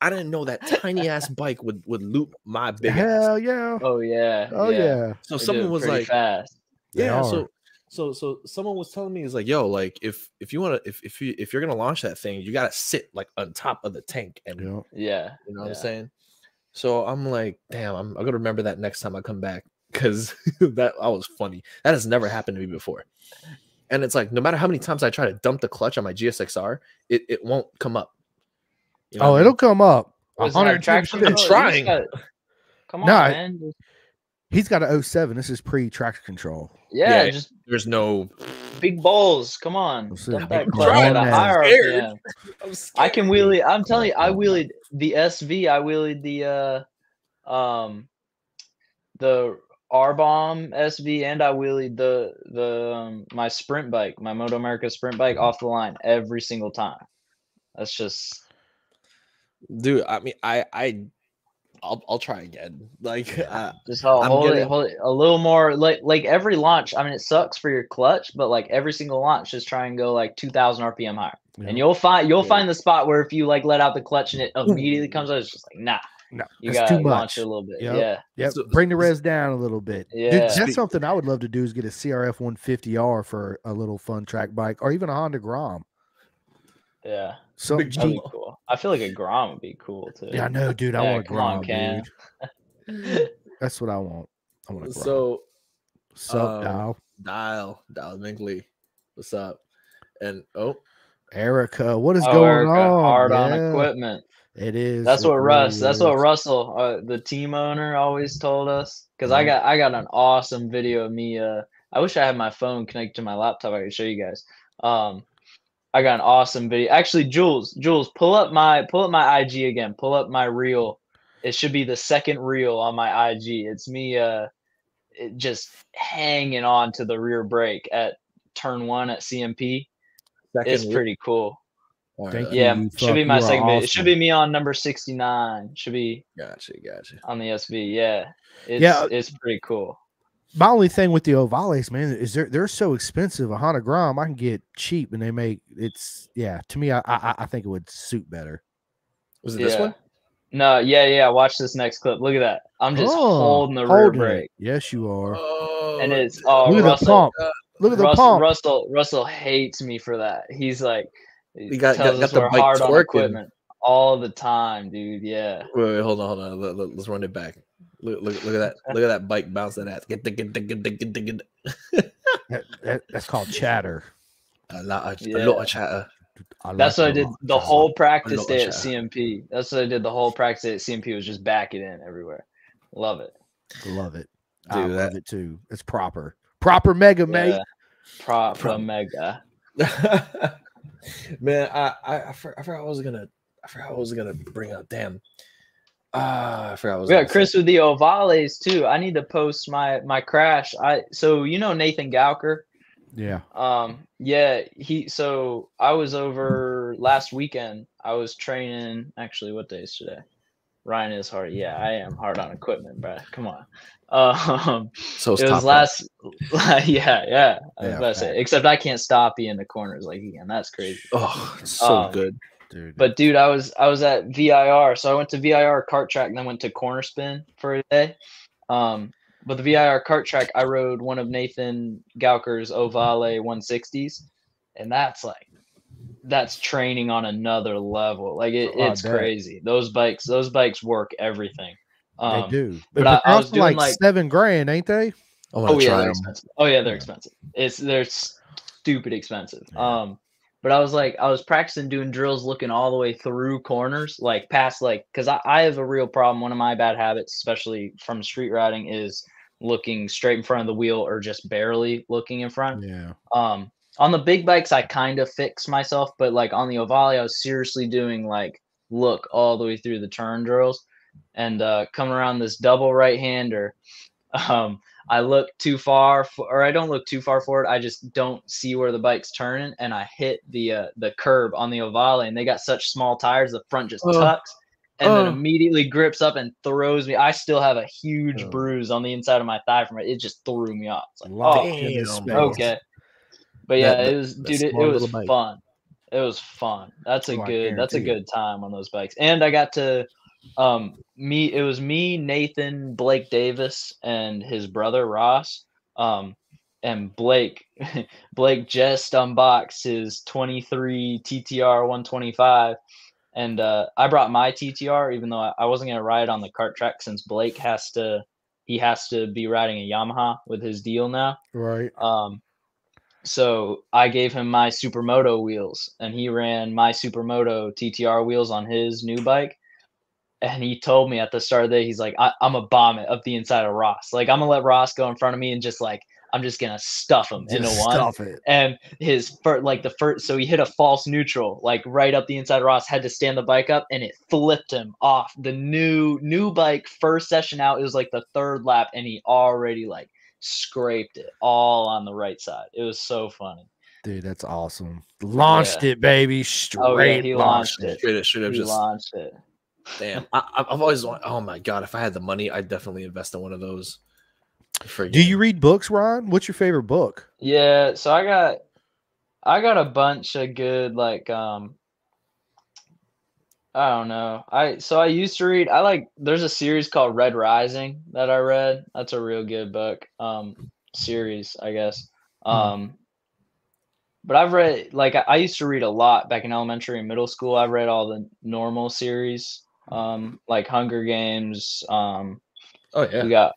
I didn't know that tiny ass bike would would loop my big ass. Hell yeah. oh yeah. Oh yeah. So They do someone it was pretty like, fast. They Yeah. are. So so so someone was telling me is like yo like if if you want to if if you if you're gonna launch that thing you gotta sit like on top of the tank and Yeah. Yeah. you know what yeah. I'm saying? So I'm like, damn, I'm, I'm gonna remember that next time I come back because that I was funny. That has never happened to me before. And it's like, no matter how many times I try to dump the clutch on my GSXR, it, it won't come up. You know Oh, what I it'll come up. Wasn't there 110 traction percent. control? You trying. just gotta- Come on, No, I- man. Just- He's got an 07. This is pre traction control. yeah, Yeah. just mean? there's no. big balls. Come on. Let's see. Big Dump that clutch at a balls. higher Scared. yeah. I'm I can wheelie. I'm telling you, I Come on. wheelied the SV. I wheelied the uh, um, the R bomb SV, and I wheelied the the um, my sprint bike, my Moto America sprint bike off the line every single time. That's just dude. I mean, I I I'll I'll try again. Like, I, just how I'm hold it, getting- hold it a little more like like every launch. I mean, it sucks for your clutch, but like every single launch, just try and go like two thousand RPM higher, Yeah. and you'll find you'll Yeah. find the spot where if you like let out the clutch and it immediately comes out, it's just like nah. No, You Hmm. that's gotta too launch much. it a little bit. Yep. Yeah. Yep. So- Bring the res down a little bit. Dude, Yeah. that's something I would love to do is get a CRF 150R for a little fun track bike or even a Honda Grom. Yeah, So Big that'd Jeep. be cool. I feel like a Grom would be cool too. Yeah, I know, dude. I Yeah, want a come on, Grom, Cam. dude. That's what I want. I want a Grom. So, so Sup, um, dial. dial dial Minkley, what's up? And oh, Erica, what is Oh, going Erica, on? hard on Yeah, equipment. It is. That's it what Russ. really That's what is. Russell, uh, the team owner, always told us. Because I got I got an awesome video of me. Uh, I wish I had my phone connected to my laptop. I could show you guys. Um, I got an awesome video. Actually, Jules, Jules, pull up my pull up my IG again. Pull up my reel. It should be the second reel on my IG. It's me. Uh, it just hanging on to the rear brake at turn one at CMP. second It's loop. pretty cool. All Thank right, you. Yeah, you should be fuck, my you are second video. It awesome. should be me on number sixty nine. Should be Gotcha, gotcha. on the SV. Yeah, it's Yeah. it's pretty cool. My only thing with the Ovales, man, is they're they're so expensive. A Honda Grom I can get cheap, and they make it's yeah. To me, I I, I think it would suit better. Was it yeah. this one? No, yeah, yeah. Watch this next clip. Look at that. I'm just Oh, holding the rear holding it. brake, Yes, you are. Oh, and it's oh Look at the Russell. pump. Look at the Russell, pump. Russell. Russell hates me for that. He's like, he got- tells got- got us the we're bike hard on twerking. equipment all the time, dude. Yeah. Wait, wait, hold on, hold on. Let, us run it back. Look, look, look at that. Look at that bike bounce that ass. Get the, get the, get the, get the, get the. That, that- that's called chatter. A lot, of, a Yeah. lot of chatter. That's what I like did that. the whole practice lot, day at yeah. CMP. That's what I did the whole practice day at CMP was just back it in everywhere. Love it. Love it. I Dude, love it too. It's proper. Proper mega mate. Yeah. Prop Pro- mega. that. Man, I, I, I, for, I forgot what I was gonna, I forgot what I was gonna bring up. Damn. Ah, I forgot what I was. We got gonna say. Chris with the ovales too. I need to post my my crash. I so you know Nathan Gowker. Yeah. Um, yeah, he. So I was over last weekend. I was training. Actually, what day is today? Ryan is hard. Yeah, I am hard on equipment, bro. Come on. Um, So it was last. yeah, yeah. I was Yeah, about to say. Except I can't stop you in the corners like Ian. That's crazy. Oh, it's so um, good. Dude. But dude, I was I was at VIR, so I went to VIR cart track and then went to corner spin for a day. Um, but the VIR cart track, I rode one of Nathan Gauker's Ovale 160s, and that's like that's training on another level. Like it, Oh, I it's bet. crazy. Those bikes, those bikes work everything. Um, they do. but But, I- they're I was also doing, like, like- seven grand, ain't they? I want Oh to yeah, try they're them. expensive. Oh yeah, they're Yeah. expensive. It's they're stupid expensive. Yeah. Um, but I was like, I was practicing doing drills, looking all the way through corners, like past, like because I, I have a real problem. One of my bad habits, especially from street riding, is looking straight in front of the wheel or just barely looking in front. Yeah. Um, on the big bikes, I kind of fix myself, but like on the Ovale, I was seriously doing like look all the way through the turn drills and uh, coming around this double right hander. Um, I look too far, f- or I don't look too far forward. I just don't see where the bike's turning, and I hit the uh, the curb on the Ovale, and they got such small tires, the front just Oh. tucks. And then Oh. immediately grips up and throws me. I still have a huge Oh. bruise on the inside of my thigh from it. It just threw me off. It's like, Lock oh, in this damn, space. Okay. But yeah, That- that- it was that dude, it, it small was little bike. fun. It was fun. That's a Oh, I good that's a guarantee it. good time on those bikes. And I got to um me it was me, Nathan, Blake Davis, and his brother Ross. Um and Blake Blake just unboxed his 23 TTR 125 and uh, I brought my TTR even though I, I wasn't going to ride it on the kart track since Blake has to he has to be riding a Yamaha with his deal now. Right. Um so I gave him my supermoto wheels and he ran my supermoto TTR wheels on his new bike. And he told me at the start of the day, he's like, I- I'm a bomb it up the inside of Ross. Like I'm gonna let Ross go in front of me and just like I'm just gonna stuff him into Just one. stuff it. And his first, like the first, so he hit a false neutral, like right up the inside. of Ross had to stand the bike up, and it flipped him off the new new bike first session out. It was like the third lap, and he already like scraped it all on the right side. It was so funny. Dude, that's awesome. Launched it, baby. Straight Oh yeah, he launched launched it. Straight up, straight up, He just launched it. damn. I, I- I've always wanted. Oh my god, if I had the money, I'd definitely invest in one of those. Friggin- Do you read books, Ron? What's your favorite book? Yeah, so I got I got a bunch of good like um I don't know. I so I used to read I like there's a series called Red Rising that I read. That's a real good book. Um series, I guess. Um but I've read like I, I used to read a lot back in elementary and middle school. I've read all the normal series, um like Hunger Games, um Oh yeah. we got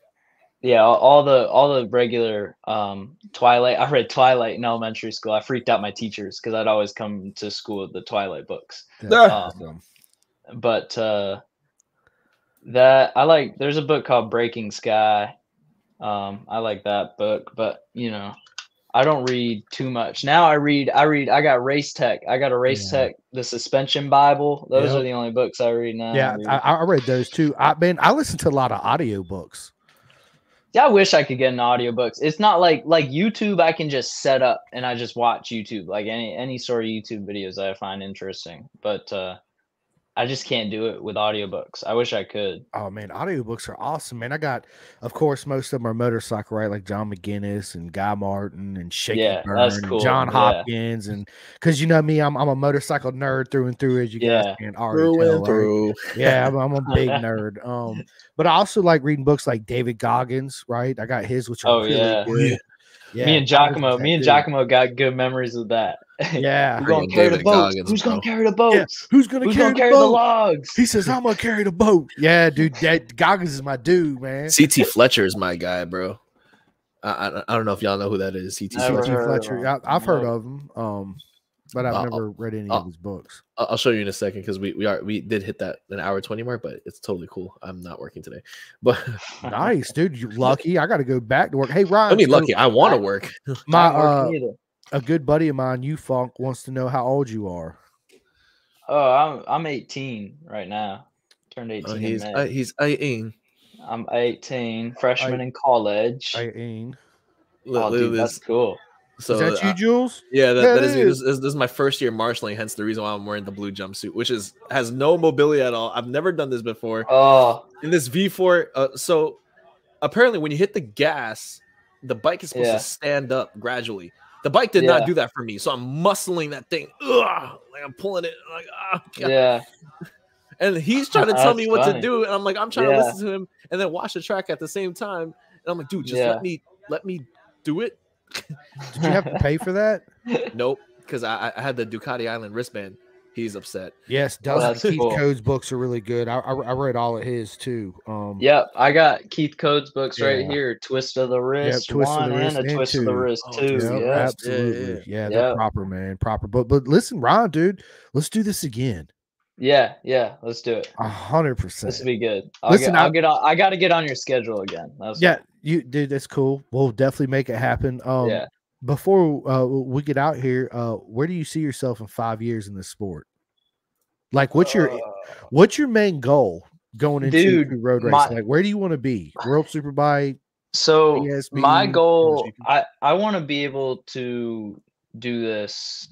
yeah, all- all the all the regular um Twilight. I read Twilight in elementary school. I freaked out my teachers because I'd always come to school with the Twilight books. That's Ah. awesome. But uh that I like there's a book called Breaking Sky. Um I like that book, but you know, I don't read too much. Now I read I read I got Race Tech. I got a Race Tech, the Suspension Bible. Those Yep. are the only books I read now. Yeah, read- I, I read those too. I man, I listen to a lot of audiobooks. Yeah, I wish I could get an audiobooks. It's not like like YouTube I can just set up and I just watch YouTube, like any any sort of YouTube videos that I find interesting. But uh I just can't do it with audiobooks. I wish I could. Oh man, audiobooks are awesome, man. I got, of course, most of them are motorcycle, right? Like John McGinnis and Guy Martin and Shaky Yeah, Byrne that's and cool, John yeah. Hopkins. And because you know me, I'm, I'm a motorcycle nerd through and through, as you Yeah. guys can already Through tell, and right? through. yeah, I'm, I'm a big nerd. Um, but I also like reading books like David Goggins, right? I got his, which are Oh, really yeah. good. me and I was Giacomo, like, me and dude, Giacomo got good memories of that. Yeah, Who's gonna Freaking carry the David boats? Goggins, Who's gonna bro. carry the boats? who's gonna Who's carry, gonna carry the, the, boat? logs? He says, "I'm gonna carry the boat." Yeah, dude, that Goggins is my dude, man. CT Fletcher is my guy, bro. I, I I don't know if y'all know who that is. CT Never Fletcher. Fletcher, heard of Fletcher. him. I, I've heard No. of him, um, but I've Uh, never read any uh, of his books. I'll I'll show you in a second because we we are we did hit that an hour twenty mark, but it's totally cool. I'm not working today, but Nice, dude. You lucky? I got to go back to work. Hey, Ryan. I mean, Oh, so lucky I want to work. My Not uh, working either. a good buddy of mine, you funk, wants to know how old you are. Oh, I'm I'm 18 right now. Turned 18 Oh, in he's May. uh, he's eyeing. I'm 18, freshman in college. Eighteen. Look, Oh, look dude, at that's this. cool. So uh, is that I- you, Jules? yeah, that, Yeah, that it is, me. is. This, this, this is my first year marshaling, hence the reason why I'm wearing the blue jumpsuit, which is has no mobility at all. I've never done this before. Oh, in this V4. Uh, so apparently, when you hit the gas, the bike is supposed Yeah. to stand up gradually. The bike did Yeah. not do that for me, so I'm muscling that thing. Ugh, like I'm pulling it. Like, ah, God. yeah. And he's trying to tell That's me what funny. to do, and I'm like, I'm trying Yeah. to listen to him and then watch the track at the same time. And I'm like, dude, just Yeah. let me let me do it. Did you have to pay for that? Nope, because I, I had the Ducati Island wristband. He's upset. Yes, Well, Dustin that's Keith cool. Code's books are really good. I, I, I read all of his too. Um, yep, I got Keith Code's books right Yeah. here. Twist of the wrist, Twist of the one, Wrist and a and twist of the two. wrist Oh, two. yeah, Yep, yeah. absolutely. yeah, Yeah, they're Yep. proper, man. Proper. But but listen, Ron, dude, let's do this again. yeah, yeah. Let's do it. A hundred This percent. will be good. I'll Listen, get, I'll I'm- get on. I got to get on your schedule again. That's Yeah, you dude, that's cool. We'll definitely make it happen. Um Yeah. before uh, we get out here, uh, where do you see yourself in five years in this sport? Like what's your Uh, what's your main goal going into Dude, to road race? my- like where do you want to be? World Superbike? so ESB, my goal, MotoGP. I I want to be able to do this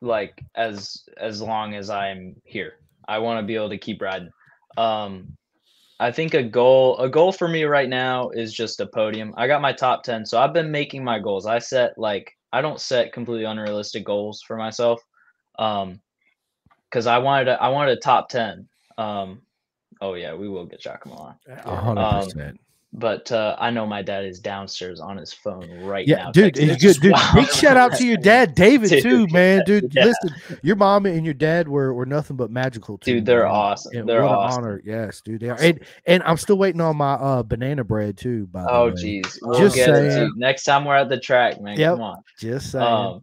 like as as long as I'm here. I want to be able to keep riding. Um I think a goal a goal for me right now is just a podium. I got my top 10, so I've been making my goals. I set like I don't set completely unrealistic goals for myself. Um cuz I wanted a, I wanted a top 10. Um oh yeah, we will get Giacomo on. A hundred Um, percent. But uh, I know my dad is downstairs on his phone right yeah, now. dude, texting it's us. good, dude. Wow. Big shout out to your dad, David, Dude, too, man, dude. yeah. Listen, your mom and your dad were, were nothing but magical, too, Dude, they're man. awesome. And they're what awesome. an honor, yes, dude. They are, and, and I'm still waiting on my uh, banana bread too. By the Oh, way. geez. We'll Just get it saying. to you. Next time we're at the track, man. Yep. Come on. just saying. Um,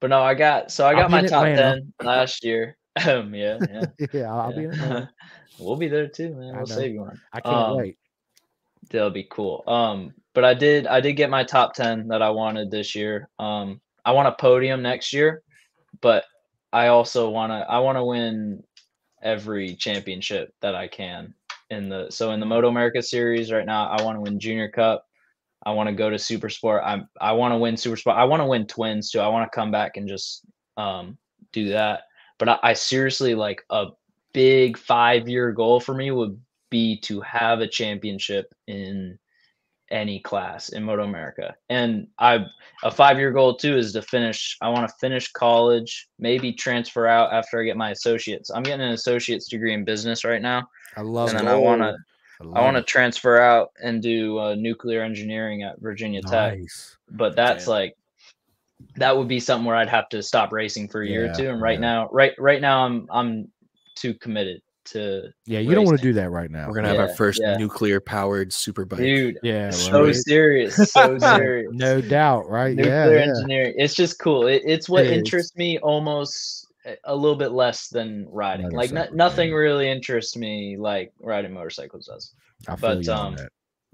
but no, I got so I I'll got be my in top Atlanta. ten last year. um, yeah, yeah. yeah, I'll be. yeah. In Atlanta. we'll be there too, man. I We'll know. save you one. I can't Um, wait. That'll be cool. Um, but I did I did get my top ten that I wanted this year. Um, I want a podium next year, but I also wanna I wanna win every championship that I can in the so in the Moto America series right now, I want to win Junior Cup. I want to go to Super Sport. I'm I want to win Super Sport. I want to win twins too. I want to come back and just um do that. But I, I seriously like a big five year goal for me would be to have a championship in any class in Moto America. And I a five year goal too is to finish I want to finish college, maybe transfer out after I get my associates. I'm getting an associate's degree in business right now. I love and it. then I wanna I love want to it. transfer out and do uh, nuclear engineering at Virginia Tech, Nice. but that's Damn. like that would be something where I'd have to stop racing for a year Yeah, or two. And right yeah. now, right right now, I'm I'm too committed to Yeah, you don't want to racing. do that right now. We're gonna have Yeah, our first yeah. nuclear powered super bike. dude. Yeah, So right. serious, so serious. no doubt, right? Yeah, Nuclear yeah. engineering. It's just cool. It, it's what It is. interests me almost a- a little bit less than riding. Like no, Motorcycles, nothing yeah. really interests me like riding motorcycles does. I feel but, you on um, that.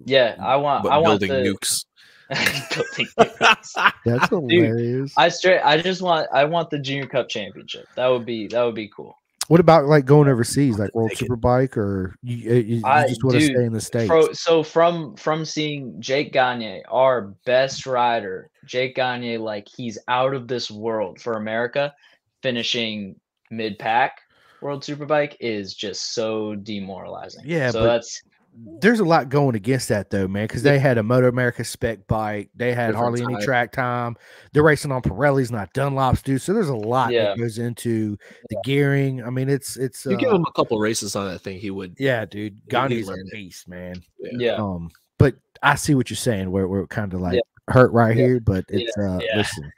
Yeah, Mm, I want. But I want building the, nukes. Building nukes. That's hilarious. I straight. I just want. I want the Junior Cup Championship. That would be. That would be cool. what about like going overseas, like World Take it. Superbike, or you, uh, you, you I- just want to dude, stay in the states? Fro- so from from seeing Jake Gagne, our best rider, Jake Gagne, like he's out of this world for America, finishing mid pack World Superbike is just so demoralizing. Yeah, so but- that's There's a lot going against that though, man, because they had a Moto America spec bike, they had Different hardly any type. track time. They're racing on Pirellis, not Dunlops, dude. So there's a lot Yeah. that goes into the gearing. I mean, it's it's You give uh, him a couple races on that thing, he would. yeah, dude. Gandhi's a learn it. beast, man. yeah. Um, but I see what you're saying. We're we're kind of like Yeah. hurt right Yeah. here, but Yeah. it's uh, Yeah. listen,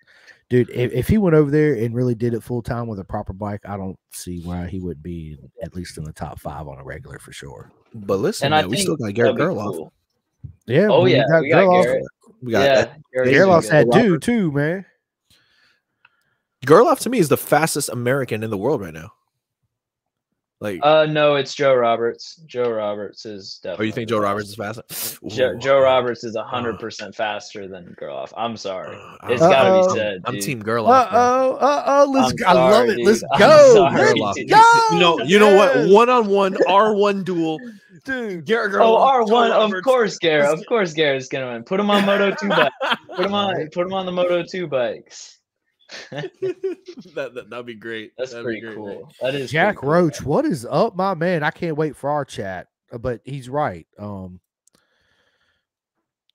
dude. If, if he went over there and really did it full time with a proper bike, I don't see why he would be at least in the top five on a regular for sure. But listen, And I man, we think still got that'd Garrett be Gerloff. cool. Yeah. Oh we yeah, we got Gerloff. Garrett. We got Yeah, Garrett's Gerloff's gonna Gerloff's be had good. dude too, man. Gerloff to me is the fastest American in the world right now. Like, Uh, no, it's Joe Roberts. Joe Roberts is oh, definitely. you think Joe Roberts is faster? Joe, Ooh, Joe uh, Roberts is hundred percent faster than Gerloff. I'm sorry. uh, It's I'm- gotta Uh-oh. be said. I'm dude. team Gerloff. Uh man. oh, uh oh. Let's. I'm go. I love sorry, it. Let's dude. I'm go. sorry. Let's Gerloff. go. You know, you know what? Yes. One on one, R one duel. dude? Garrett Gerloff. Oh, R Joe one, of Roberts. course, Garrett. Of course, Garrett's gonna win. Put him on Moto two bike. Put him on. Right. Put him on the Moto two bikes. That's that, that would be great. That'd be pretty great, cool. man. That is Jack pretty cool. Roach, what is up, my man? I can't wait for our chat, uh, but he's right. Um,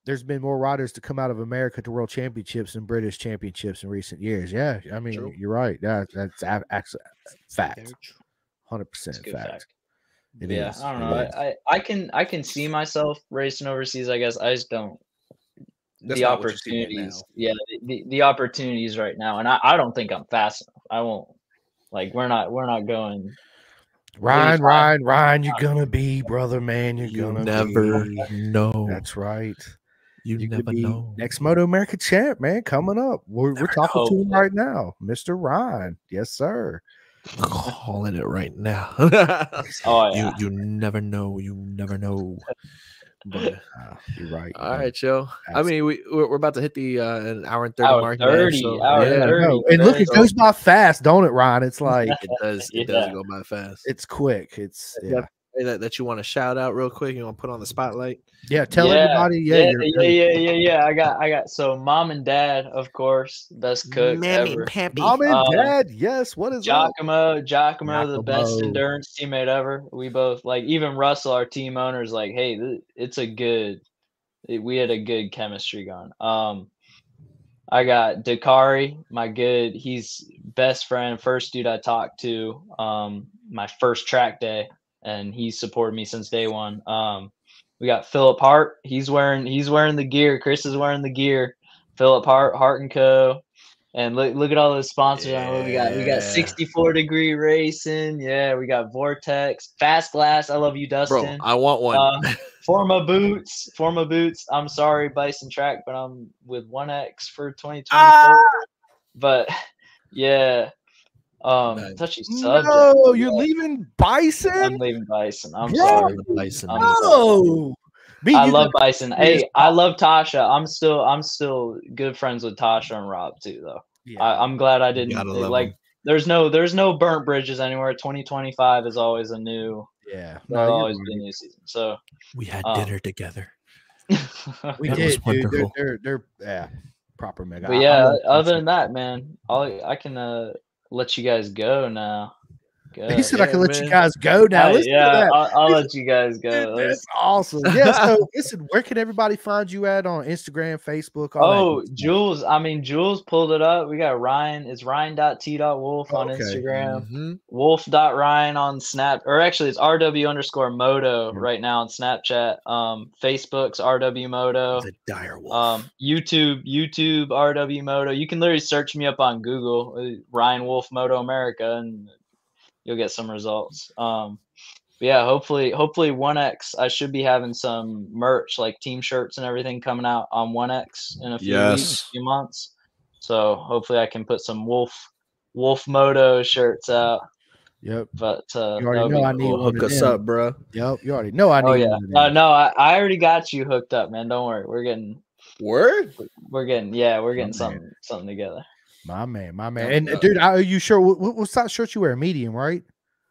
there's been more riders to come out of America to world championships and British championships in recent years. Yeah, I mean, True. you're right. Yeah, that's actually fact, hundred It's a percent good fact. fact. It yeah, is, I don't it know. is. I, I, I can I can see myself racing overseas. I guess I just don't. That's the not what you see right opportunities, yeah, the, the, the opportunities right now, and I, I don't think I'm fast enough. I won't. Like we're not we're not going. Ryan, I- Ryan, Ryan, you're gonna be brother, man. You're You gonna never be. know. That's right. You, You could never be know. next Moto America champ, man. Coming up, we're, we're Never talking to know. him right now, Mister Ryan. Yes, sir. calling it right now. Oh yeah. You you never know. You never know. But, Ah, you're right. all man. right, Joe. I That's- mean, we we're we're about to hit the uh, an hour and thirty Hour mark. 30, hour Yeah, I 30, know. and look, it so- goes by fast, don't it, Ryan? It's like It does. It does Yeah. go by fast. it's quick. It's Yeah. yeah, Hey, that, that you want to shout out real quick. You want to put on the spotlight. yeah. Tell Yeah, everybody, yeah, yeah, you're- yeah, yeah, yeah, yeah. I got, I got. So, mom and dad, of course, best cook ever. Pappy. mom and Um, dad. Yes, what is up? Giacomo, Giacomo, the best Giacomo. endurance teammate ever. We both like, even Russell, our team owner, is like, hey, th- it's a good. it- we had a good chemistry going. Um, I got Dakari, my good. He's best friend, first dude I talked to. Um, my first track day, and he supported me since day one. Um, We got Philip Hart. He's wearing he's wearing the gear. Chris is wearing the gear. Philip Hart, Hart and Co. And look look at all those sponsors. on here. We got we Yeah. got 64 degree racing. Yeah, we got Vortex, Fast Glass. I love you, Bro, Dustin. I want one. Uh, Forma boots, Forma boots. I'm sorry, Bison Track, but I'm with One X for 2024. Ah! But yeah, um, Nice. touchy subject. No, you're Yeah, leaving Bison. I'm leaving Bison. I'm Yeah. sorry. Bison. I'm No, B, I you love Bison. you just- Hey, I love Tasha. I'm still I'm still good friends with Tasha and Rob too, though. Yeah. I, I'm glad I didn't gotta they- love like. 'em. There's no there's no burnt bridges anywhere. 2025 is always a new. yeah. There'll always be a new season. So. We had Um, dinner together. We That was did, dude. They're, wonderful. they're, they're, yeah, proper mega. I- But I yeah, love other Bison. than that, man, I'll, I can uh, let you guys go now. he Good. said I Yeah, can let you man. guys go now. Hey, Listen to yeah, that. I'll, I'll let you guys go. Dude, Let's- that's awesome. Yeah. So, listen, where can everybody find you at on Instagram, Facebook? All Oh, that good stuff? Jules. I mean, Jules pulled it up. We got Ryan. It's ryan.t.wolf on Okay. Instagram. Mm-hmm. Mhm. Wolf.ryan on Snap. Or actually, it's rw underscore moto right now on Snapchat. Um, Facebook's rw moto. The dire wolf. Oh. Um, YouTube, YouTube, RW Moto. You can literally search me up on Google, uh, Ryan Wolf Moto America, and you'll get some results. Um, but yeah, hopefully, hopefully One X. I should be having some merch, like team shirts and everything, coming out on One X in a few weeks, Yes. few months. So hopefully, I can put some Wolf Wolf Moto shirts out. Yep. But uh, You that already would know be I cool. need Well, one hook of us them. up, bro. Yep. You already know I need Oh one yeah, of them. uh, no, I, I already got you hooked up, man. Don't worry, we're getting Word? we're getting yeah, we're getting man. something something together. My man, my Yep. man. And uh, dude, I, are you sure? What, what's that shirt you wear? Medium, right?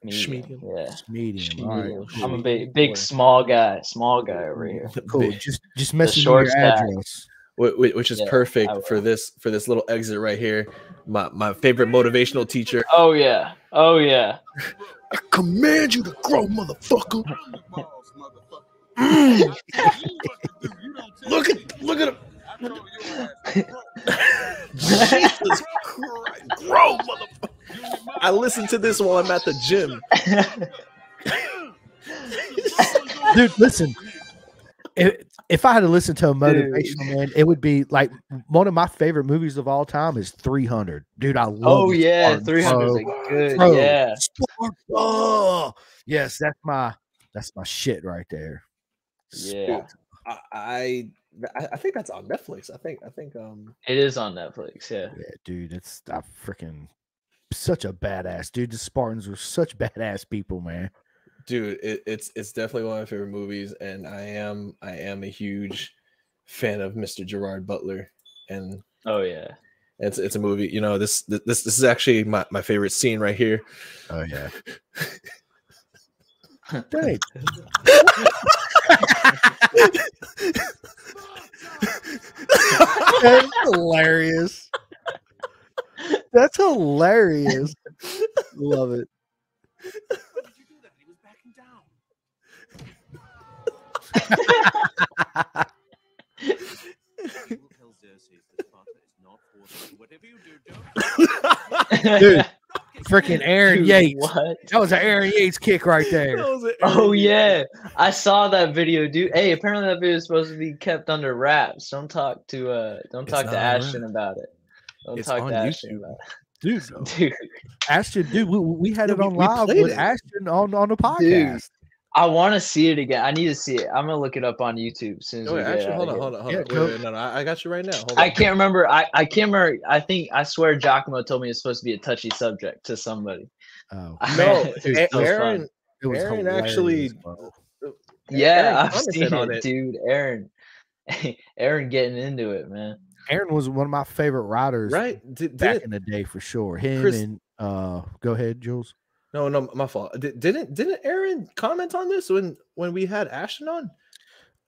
Medium. Yeah. It's medium. All right. Medium. cool. I'm a Medium big, big, boy. small guy, small guy over here. Cool. Big. Just just message me your short stack. address. Wh- wh- Which is Yeah, I perfect for will. this for this little exit right here. My my favorite motivational teacher. Oh yeah, oh yeah. I command you to grow, motherfucker. Mm. Look at look at him. Jesus Christ, grow, motherfucker! I listen to this while I'm at the gym. Dude, listen. If, if I had to listen to a motivational man, it would be like one of my favorite movies of all time is 300. Dude, I love oh this yeah, part, three hundred is bro. a good. Bro. Yeah, Oh, yes, that's my that's my shit right there. yeah. I, I I- I think that's on Netflix. I think I think um It is on Netflix. Yeah. Yeah, dude, it's I freaking such a badass dude. The Spartans were such badass people, man. dude it, it's it's definitely one of my favorite movies and I am I am a huge fan of Mr. Gerard Butler and Oh yeah. it's it's a movie you know this this this is actually my, my favorite scene right here Oh yeah. that ain't That's hilarious. That's hilarious. Love it. Dude, Freaking Aaron Dude, Yates. What? That was an Aaron Yates kick right there. Oh yeah, I saw that video, dude. Hey, apparently that video is supposed to be kept under wraps. Don't talk to uh, don't It's talk not to on Ashton about it. Don't It's talk on to YouTube. Ashton about Dude, it, dude. Ashton, dude, we, we had Yeah, it we- on we live played with it. Ashton on, on the podcast. I want to see it again. I need to see it. I'm gonna look it up on YouTube as soon as Oh, we wait, get actually, out hold of on, here. hold on, hold Yeah, on. Wait, go. wait, no, no, I, I got you right now. Hold I on. can't remember. I, I can't remember. I think I swear Giacomo told me it's supposed to be a touchy subject to somebody. Oh, No, It's A- so Aaron, fun. it was Aaron hilarious, actually- bro. Aaron Yeah, I've commented seen on it, it. dude. Aaron, Aaron getting into it, man. Aaron was one of my favorite riders right? Did, back didn't in the day for sure. Him Chris- and uh, go ahead, Jules. no, no, my fault. Did, didn't didn't Aaron comment on this when when we had Ashton on?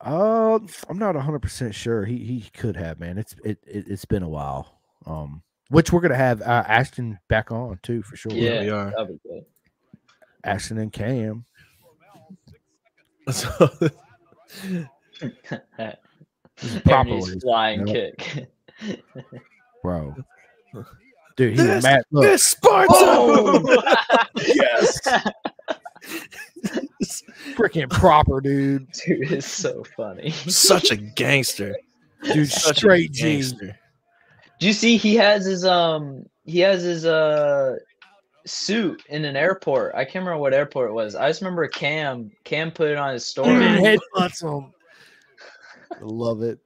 Uh, I'm not 100 percent sure. He he could have, man. It's it, it it's been a while. Um, which we're gonna have uh, Ashton back on too for sure. Yeah, we are. That'd be good. Ashton and Cam. So, Aaron needs properly, flying you kick. bro. Dude, he was mad. Look, Oh! Oh, This Spartan. Oh! yes. freaking proper, dude. Dude, it's so funny. Such a gangster. Dude, Such a straight G. gangster. Do you see he has his um he has his uh suit in an airport. I can't remember what airport it was. I just remember Cam Cam put it on his story. Mm-hmm. Headbutts him. I love it.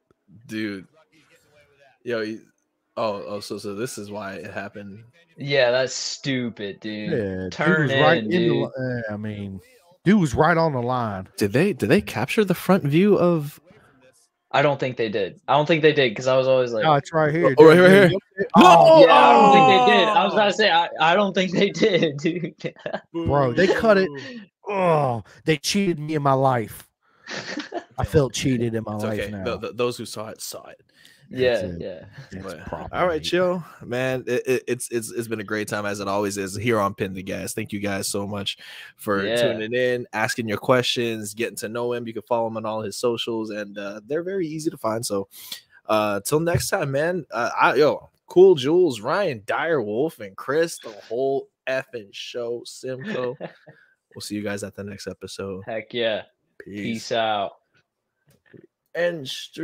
dude. Yo, you- oh, oh, so so this is why it happened. yeah, that's stupid, dude. Yeah, Turn dude was right in, the dude. li- uh, I mean, dude was right on the line. Did they did they capture the front view of I don't think they did. I don't think they did because I was always like, No, it's right here. Oh, dude. right- right here. Oh, yeah, I don't think they did. I was about to say, I, I don't think they did, dude. Bro, they cut it. oh, they cheated me in my life. I felt cheated in my It's life okay. now. Th- th- those who saw it saw it. yeah, it. yeah. That's But- proper All right, hate. chill, man. It, it, it's it's it's been a great time as it always is here on Pin the Gas. Thank you guys so much for Yeah. tuning in, asking your questions, getting to know him. You can follow him on all his socials, and uh, they're very easy to find. So, uh, till next time, man. Uh, I, yo, cool, Jules, Ryan, Dire Wolf, and Chris, the whole effing show, Simcoe. we'll see you guys at the next episode. Heck yeah. Peace out. And str-